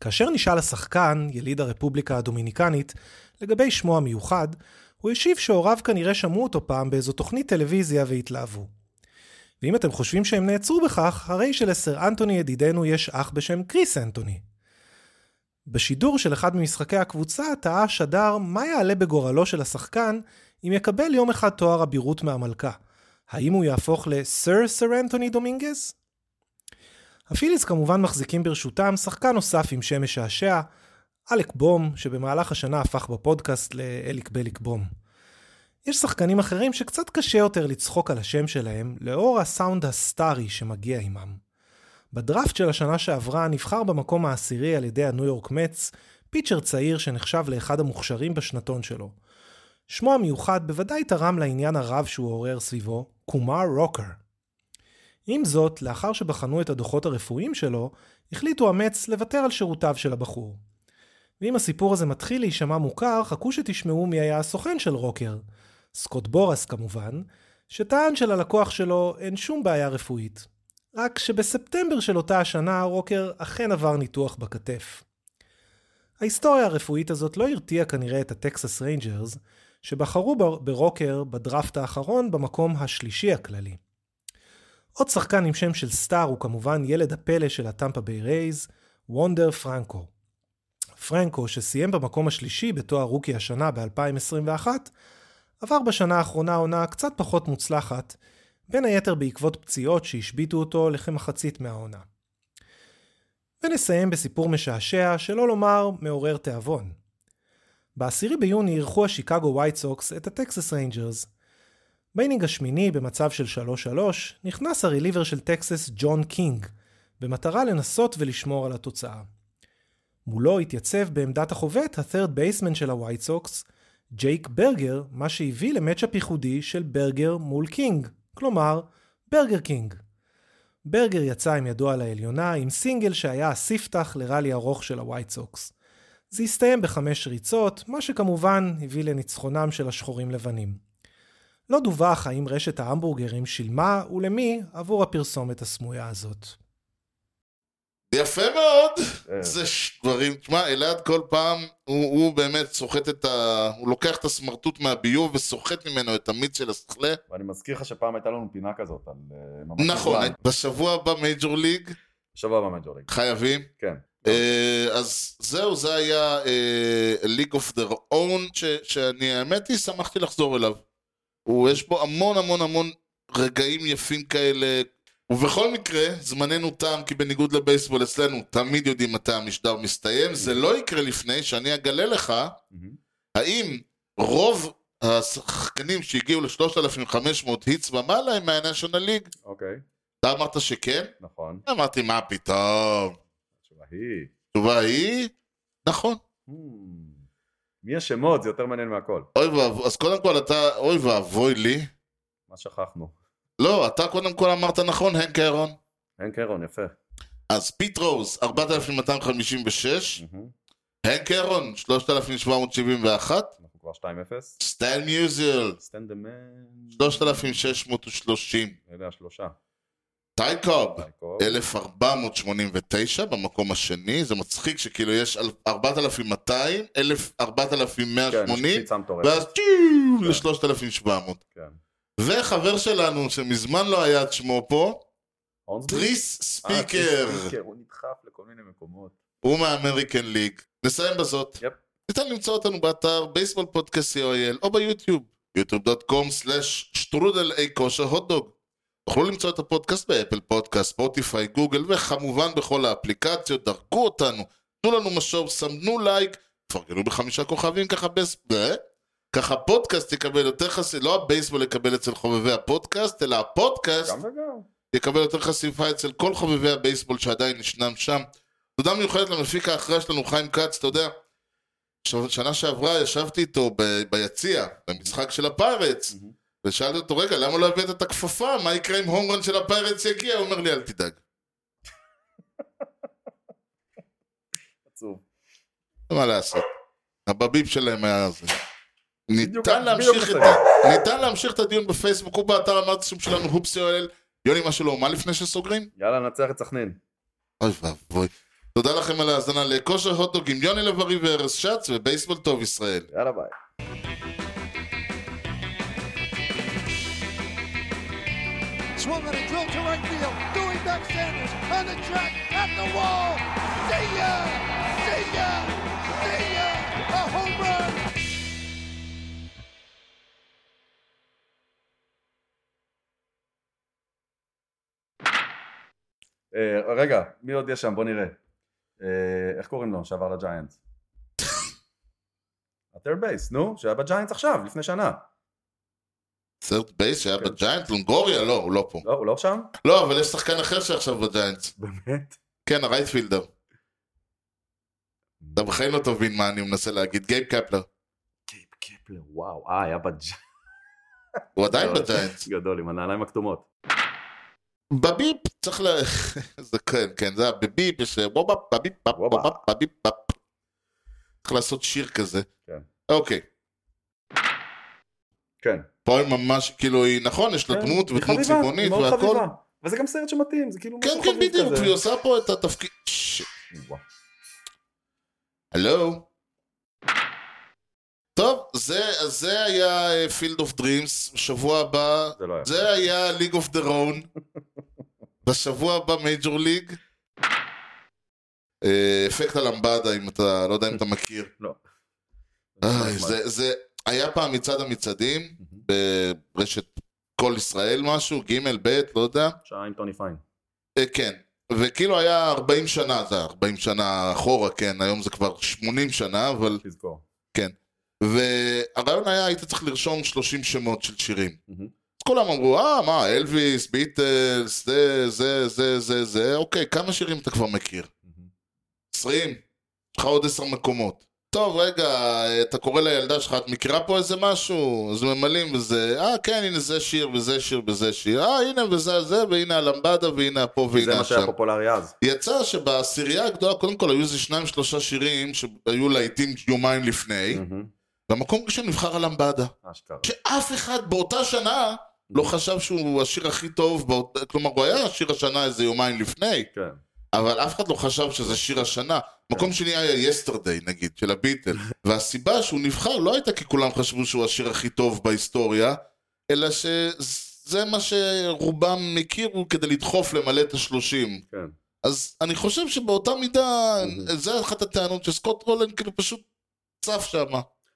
S6: כאשר נשאל השחקן, יליד הרפובליקה הדומיניקנית, לגבי שמו המיוחד, הוא השיב שהוריו כנראה שמעו אותו פעם באיזו תוכנית טלוויזיה והתלהבו. ואם אתם חושבים שהם נעצרו בכך, הרי שלסר אנטוני ידידנו יש אח בשם קריס אנטוני. בשידור של אחד ממשחקי הקבוצה טעה השדר מה יעלה בגורלו של השחקן אם יקבל יום אחד תואר אבירות מהמלכה. האם הוא יהפוך לסר סר אנטוני דומינגז? הפיליס כמובן מחזיקים ברשותם שחקן נוסף עם שם משעשע, אלק בום, שבמהלך השנה הפך בפודקאסט לאליק בליק בום. יש שחקנים אחרים שקצת קשה יותר לצחוק על השם שלהם, לאור הסאונד הסטארי שמגיע עימם. בדראפט של השנה שעברה נבחר במקום העשירי על ידי הניו יורק מצ, פיצ'ר צעיר שנחשב לאחד המוכשרים בשנתון שלו. שמו המיוחד בוודאי תרם לעניין הרב שהוא עורר סביבו, קומר רוקר. עם זאת, לאחר שבחנו את הדוחות הרפואיים שלו, החליטו אמץ לוותר על שירותיו של הבחור. ואם הסיפור הזה מתחיל להישמע מוכר, חכו שתשמעו מי היה הסוכן של רוקר. סקוט בורס כמובן, שטען שללקוח שלו אין שום בעיה רפואית. רק שבספטמבר של אותה השנה רוקר אכן עבר ניתוח בכתף. ההיסטוריה הרפואית הזאת לא הרתיעה כנראה את הטקסס ריינג'רס, שבחרו בר- ברוקר בדראפט האחרון במקום השלישי הכללי. עוד שחקן עם שם של סטאר הוא כמובן ילד הפלא של הטמפה ביי רייז, וונדר פרנקו. פרנקו, שסיים במקום השלישי בתואר רוקי השנה ב-2021, עבר בשנה האחרונה עונה קצת פחות מוצלחת, בין היתר בעקבות פציעות שהשביתו אותו לכמחצית מהעונה. ונסיים בסיפור משעשע, שלא לומר מעורר תיאבון. ב-10 ביוני אירחו השיקגו ווייט סוקס את הטקסס ריינג'רס. באינינג השמיני, במצב של 3-3, נכנס הרליבר של טקסס ג'ון קינג, במטרה לנסות ולשמור על התוצאה. מולו התייצב בעמדת החובט ה-third baseman של הווייט סוקס, ג'ייק ברגר, מה שהביא למצ'אפ ייחודי של ברגר מול קינג, כלומר, ברגר קינג. ברגר יצא עם ידו על העליונה עם סינגל שהיה הספתח לרלי ארוך של הווייט סוקס. זה הסתיים בחמש ריצות, מה שכמובן הביא לניצחונם של השחורים לבנים. לא דווח האם רשת ההמבורגרים שילמה ולמי עבור הפרסומת הסמויה הזאת.
S1: יפה מאוד!
S2: אה,
S1: זה ש- דברים, תשמע, אלעד כל פעם, הוא, הוא באמת סוחט את ה... הוא לוקח את הסמרטוט מהביוב וסוחט ממנו את המיץ של הסכלה.
S2: ואני מזכיר לך שפעם הייתה לנו פינה כזאת, על... אה, ממש
S1: נכון,
S2: מזמן.
S1: בשבוע הבא מייג'ור ליג,
S2: שבוע במג'ור ליג,
S1: חייבים.
S2: כן.
S1: אה, אז זהו, זה היה אה, ליג אוף דר און, שאני האמת היא שמחתי לחזור אליו. הוא, יש בו המון המון המון רגעים יפים כאלה. ובכל מקרה, זמננו תם, כי בניגוד לבייסבול אצלנו, תמיד יודעים מתי המשדר מסתיים. זה לא יקרה לפני שאני אגלה לך
S2: מהמם.
S1: האם רוב השחקנים שהגיעו ל-3,500 היטס ומעלה הם מהנשיונל ליג?
S2: אוקיי,
S1: אתה אמרת שכן?
S2: נכון.
S1: אמרתי, מה פתאום?
S2: התשובה היא...
S1: התשובה היא, נכון.
S2: Hmm. מי השמות? זה יותר מעניין מהכל.
S1: אוי ואבוי, אז קודם כל אתה, אוי ואבוי לי.
S2: מה שכחנו?
S1: לא, אתה קודם כל אמרת נכון, הנק אהרון.
S2: אין קרון, יפה.
S1: Mm-hmm. אז פיט רוז, 4,256,
S2: מהמם.
S1: הנק אהרון, 3,771,
S2: אנחנו כל כבר 2-0.
S1: סטן מיוזיאל,
S2: סטנדמן,
S1: 3,630.
S2: אלה השלושה.
S1: טייקוב,
S2: טייקוב.
S1: 1489 במקום השני, זה מצחיק שכאילו יש אל- 4,200, אלף-
S2: כן,
S1: 4,180,
S2: קפיצה מטורפת.
S1: ואז צ'יו ל-3,700.
S2: כן.
S1: וחבר שלנו, שמזמן לא היה את שמו פה,
S2: הונסבי?
S1: טריס
S2: אה, טריס
S1: ספיקר,
S2: ספיקר, הוא נדחף לכל מיני מקומות.
S1: הוא מהאמריקן ליג. נסיים בזאת.
S2: יפ.
S1: ניתן למצוא אותנו באתר בייסבול פודקאסט co.il או ביוטיוב, yוטיוב.com/שטרודל אי כושר הוטדוג. תוכלו למצוא את הפודקאסט באפל פודקאסט, ספוטיפיי, גוגל וכמובן בכל האפליקציות, דרגו אותנו, תנו לנו משוב, סמנו לייק, תפרגנו בחמישה כוכבים ככה בס... אה? ככה הפודקאסט יקבל יותר חשיפה, לא הבייסבול יקבל אצל חובבי הפודקאסט, אלא הפודקאסט
S2: גם וגם.
S1: יקבל יותר חשיפה אצל כל חובבי הבייסבול שעדיין ישנם שם. תודה מיוחדת למפיק האחראי שלנו, חיים כץ, אתה יודע, ש- שנה שעברה ישבתי איתו ב- ביציע, במשחק של הפיירטס,
S2: Mhm.
S1: ושאלתי אותו, רגע, למה לא הבאת את הכפפה? מה יקרה אם הומרן של הפיירטס יגיע? הוא אומר לי, אל תדאג.
S2: עצוב.
S1: מה לעשות? הבביב שלהם היה זה.
S2: בדיוק-
S1: ניתן להמשיך את
S2: בדיוק
S1: ה- ניתן להמשיך את הדיון בפייסבוק ובאתר המרצים שלנו, הופסי אוהל. יוני, משהו לא מה לפני שסוגרים?
S2: יאללה, נצח את סכנין.
S1: אוי ואבוי. תודה לכם על ההאזנה לכושר הוטדוג עם יוני לב-ארי וארז שץ ובייסבול טוב ישראל.
S2: יאללה ביי.
S4: Swung on a drill to right field. Doing back Sanders on the track at the wall. See ya! See ya! See ya! A home run!
S2: אה, רגע, מי עוד יש שם? בוא נראה. אה, איך קוראים לו שעבר לג'יינטס? הטרד בייס, נו, שהיה בג'יינטס עכשיו, לפני שנה.
S1: סרט בייס
S2: כן.
S1: שהיה בג'יינט, לונגוריה? לא, הוא לא פה.
S2: לא, הוא לא שם?
S1: לא, אבל יש שחקן אחר שעכשיו בג'יינט.
S2: באמת?
S1: כן, הרייטפילדר. אתה בחיים לא תבין מה אני מנסה להגיד. גייב קפלר.
S2: קייפ קפלר, וואו, אה, היה בג'יינטס.
S1: הוא עדיין
S2: לא.
S1: בג'יינט.
S2: גדול, עם הנעליים הכתומות.
S1: בביפ צריך ל... (laughs) זה כן, כן, זה בביפ, יש וובאפ, בביפ, בביפ,
S2: וובאפ.
S1: בביפ, בביפ, בביפ. צריך לעשות שיר כזה.
S2: כן.
S1: אוקיי.
S2: כן.
S1: פה היא ממש, כאילו, היא נכון, יש לה דמות
S2: היא
S1: ודמות
S2: חביבה,
S1: צבעונית
S2: היא מאוד
S1: והכל.
S2: חביבה. וזה גם סרט שמתאים, זה כאילו
S1: כן,
S2: משהו
S1: כן,
S2: חביב
S1: בדיוק,
S2: כזה.
S1: והיא עושה פה את התפקיד... ש-
S2: וואו.
S1: הלו? טוב, זה, אז זה היה אה, פילד אוף דרימס, שבוע הבא,
S2: זה לא היה.
S1: זה היה ליג אוף דה רון, בשבוע הבא מייג'ור ליג. אה, אפקט הלמבדה, אם אתה, לא יודע אם אתה מכיר.
S2: לא. אה,
S1: איי, אה, זה, זה היה פעם מצעד המצעדים,
S2: מהמם.
S1: ברשת כל ישראל משהו, ג' ב', לא יודע.
S2: שעה עם טוני פיין.
S1: אה, כן, וכאילו היה 40 שנה, זה היה 40 שנה אחורה, כן, היום זה כבר 80 שנה, אבל...
S2: תזכור.
S1: והרעיון היה, היית צריך לרשום 30 שמות של שירים.
S2: מהמם.
S1: אז כולם אמרו, אה, מה, אלוויס, ביטלס, זה, זה, זה, זה, זה, אוקיי, כמה שירים אתה כבר מכיר? 20? יש לך עוד 10 מקומות. טוב, רגע, אתה קורא לילדה שלך, את מכירה פה איזה משהו? אז ממלאים וזה, אה, כן, הנה זה שיר וזה שיר וזה שיר, אה, הנה וזה זה, והנה הלמבדה, והנה פה והנה
S2: זה מה
S1: שם.
S2: שהיה פופולרי אז.
S1: יצא שבעשירייה הגדולה, קודם כל היו איזה שניים שלושה שירים שהיו להיטים יומיים לפני,
S2: מהמם.
S1: והמקום ראשון נבחר הלמבדה.
S2: Mhm. אשכרה.
S1: שאף אחד באותה שנה לא חשב שהוא השיר הכי טוב, באות... כלומר הוא היה שיר השנה איזה יומיים לפני,
S2: כן.
S1: אבל אף אחד לא חשב שזה שיר השנה. מקום שני היה יסטרדי נגיד, של הביטל. והסיבה שהוא נבחר לא הייתה כי כולם חשבו שהוא השיר הכי טוב בהיסטוריה, אלא שזה מה שרובם הכירו כדי לדחוף למלא את השלושים.
S2: כן.
S1: אז אני חושב שבאותה מידה,
S2: Mhm.
S1: זה אחת הטענות שסקוט רולן כאילו פשוט צף שם.